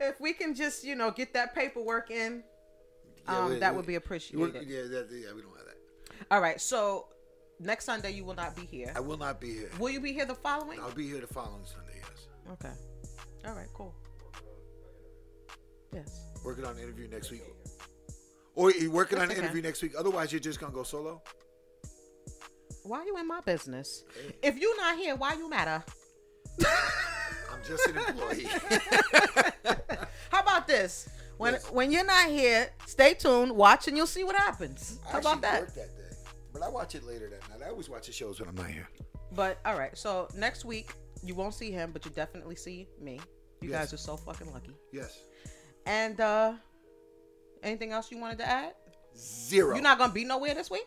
Speaker 1: if we can just, you know, get that paperwork in,
Speaker 2: Yeah,
Speaker 1: um,
Speaker 2: we-
Speaker 1: that
Speaker 2: we-
Speaker 1: would be
Speaker 2: You want-
Speaker 1: appreciated.
Speaker 2: yeah, that, yeah, we don't have that.
Speaker 1: All right, so next Sunday you will not be here.
Speaker 2: I will not be here.
Speaker 1: Will you be here the following?
Speaker 2: I'll be here the following Sunday. Yes.
Speaker 1: Okay. All right, cool. Yes.
Speaker 2: Working on an interview next week. Or you working on an
Speaker 1: That's okay.
Speaker 2: interview next week. Otherwise, you're just gonna go solo.
Speaker 1: Why you in my business? If you not here, why you matter?
Speaker 2: I'm just an employee.
Speaker 1: How about this? When
Speaker 2: Yes.
Speaker 1: when you're not here, stay tuned, watch, and you'll see what happens. How about that?
Speaker 2: Work that day, but I watch it later that night. I always watch the shows when I'm not here.
Speaker 1: But all right, so next week you won't see him, but you definitely see me. You
Speaker 2: Yes.
Speaker 1: guys are so fucking lucky.
Speaker 2: Yes.
Speaker 1: And uh anything else you wanted to add?
Speaker 2: Zero. Oh.
Speaker 1: You're not gonna be nowhere this week?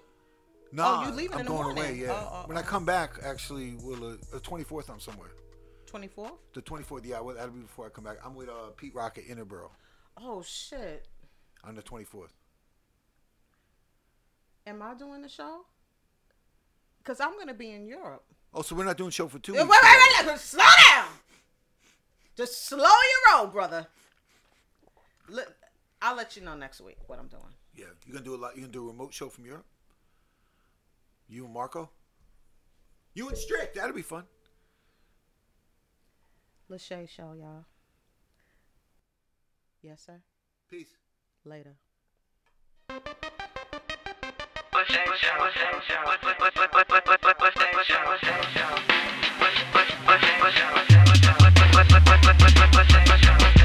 Speaker 2: Nah,
Speaker 1: you leaving
Speaker 2: I'm
Speaker 1: in the
Speaker 2: going
Speaker 1: morning.
Speaker 2: away. Yeah.
Speaker 1: Oh, oh,
Speaker 2: when I come back, actually, will uh, the 24th I'm somewhere.
Speaker 1: 24th?
Speaker 2: The 24th, yeah, well, that'll be before I come back. I'm with uh, Pete Rock at Innerborough
Speaker 1: Oh shit.
Speaker 2: on the 24th.
Speaker 1: Am I doing the show? Cause I'm gonna be in Europe.
Speaker 2: Oh, so we're not doing show for two
Speaker 1: Wait, wait,
Speaker 2: weeks.
Speaker 1: wait, wait, slow down. Just slow your roll, brother. Look, I'll let you know next week what I'm doing.
Speaker 2: Yeah, you gonna do a lot. You gonna do a remote show from Europe? You and Marco? You and Strick? That'll be fun.
Speaker 1: Lachey show, y'all. Yes, sir.
Speaker 2: Peace.
Speaker 1: Later.
Speaker 6: What's that show? What's that show? What- what- what- what- what- what- what- what- what's that show? What's that show? What's- what's- what's that show? What's that- what's that- what's that- what's that- what's that- what's that- what's that- what's that- what's that-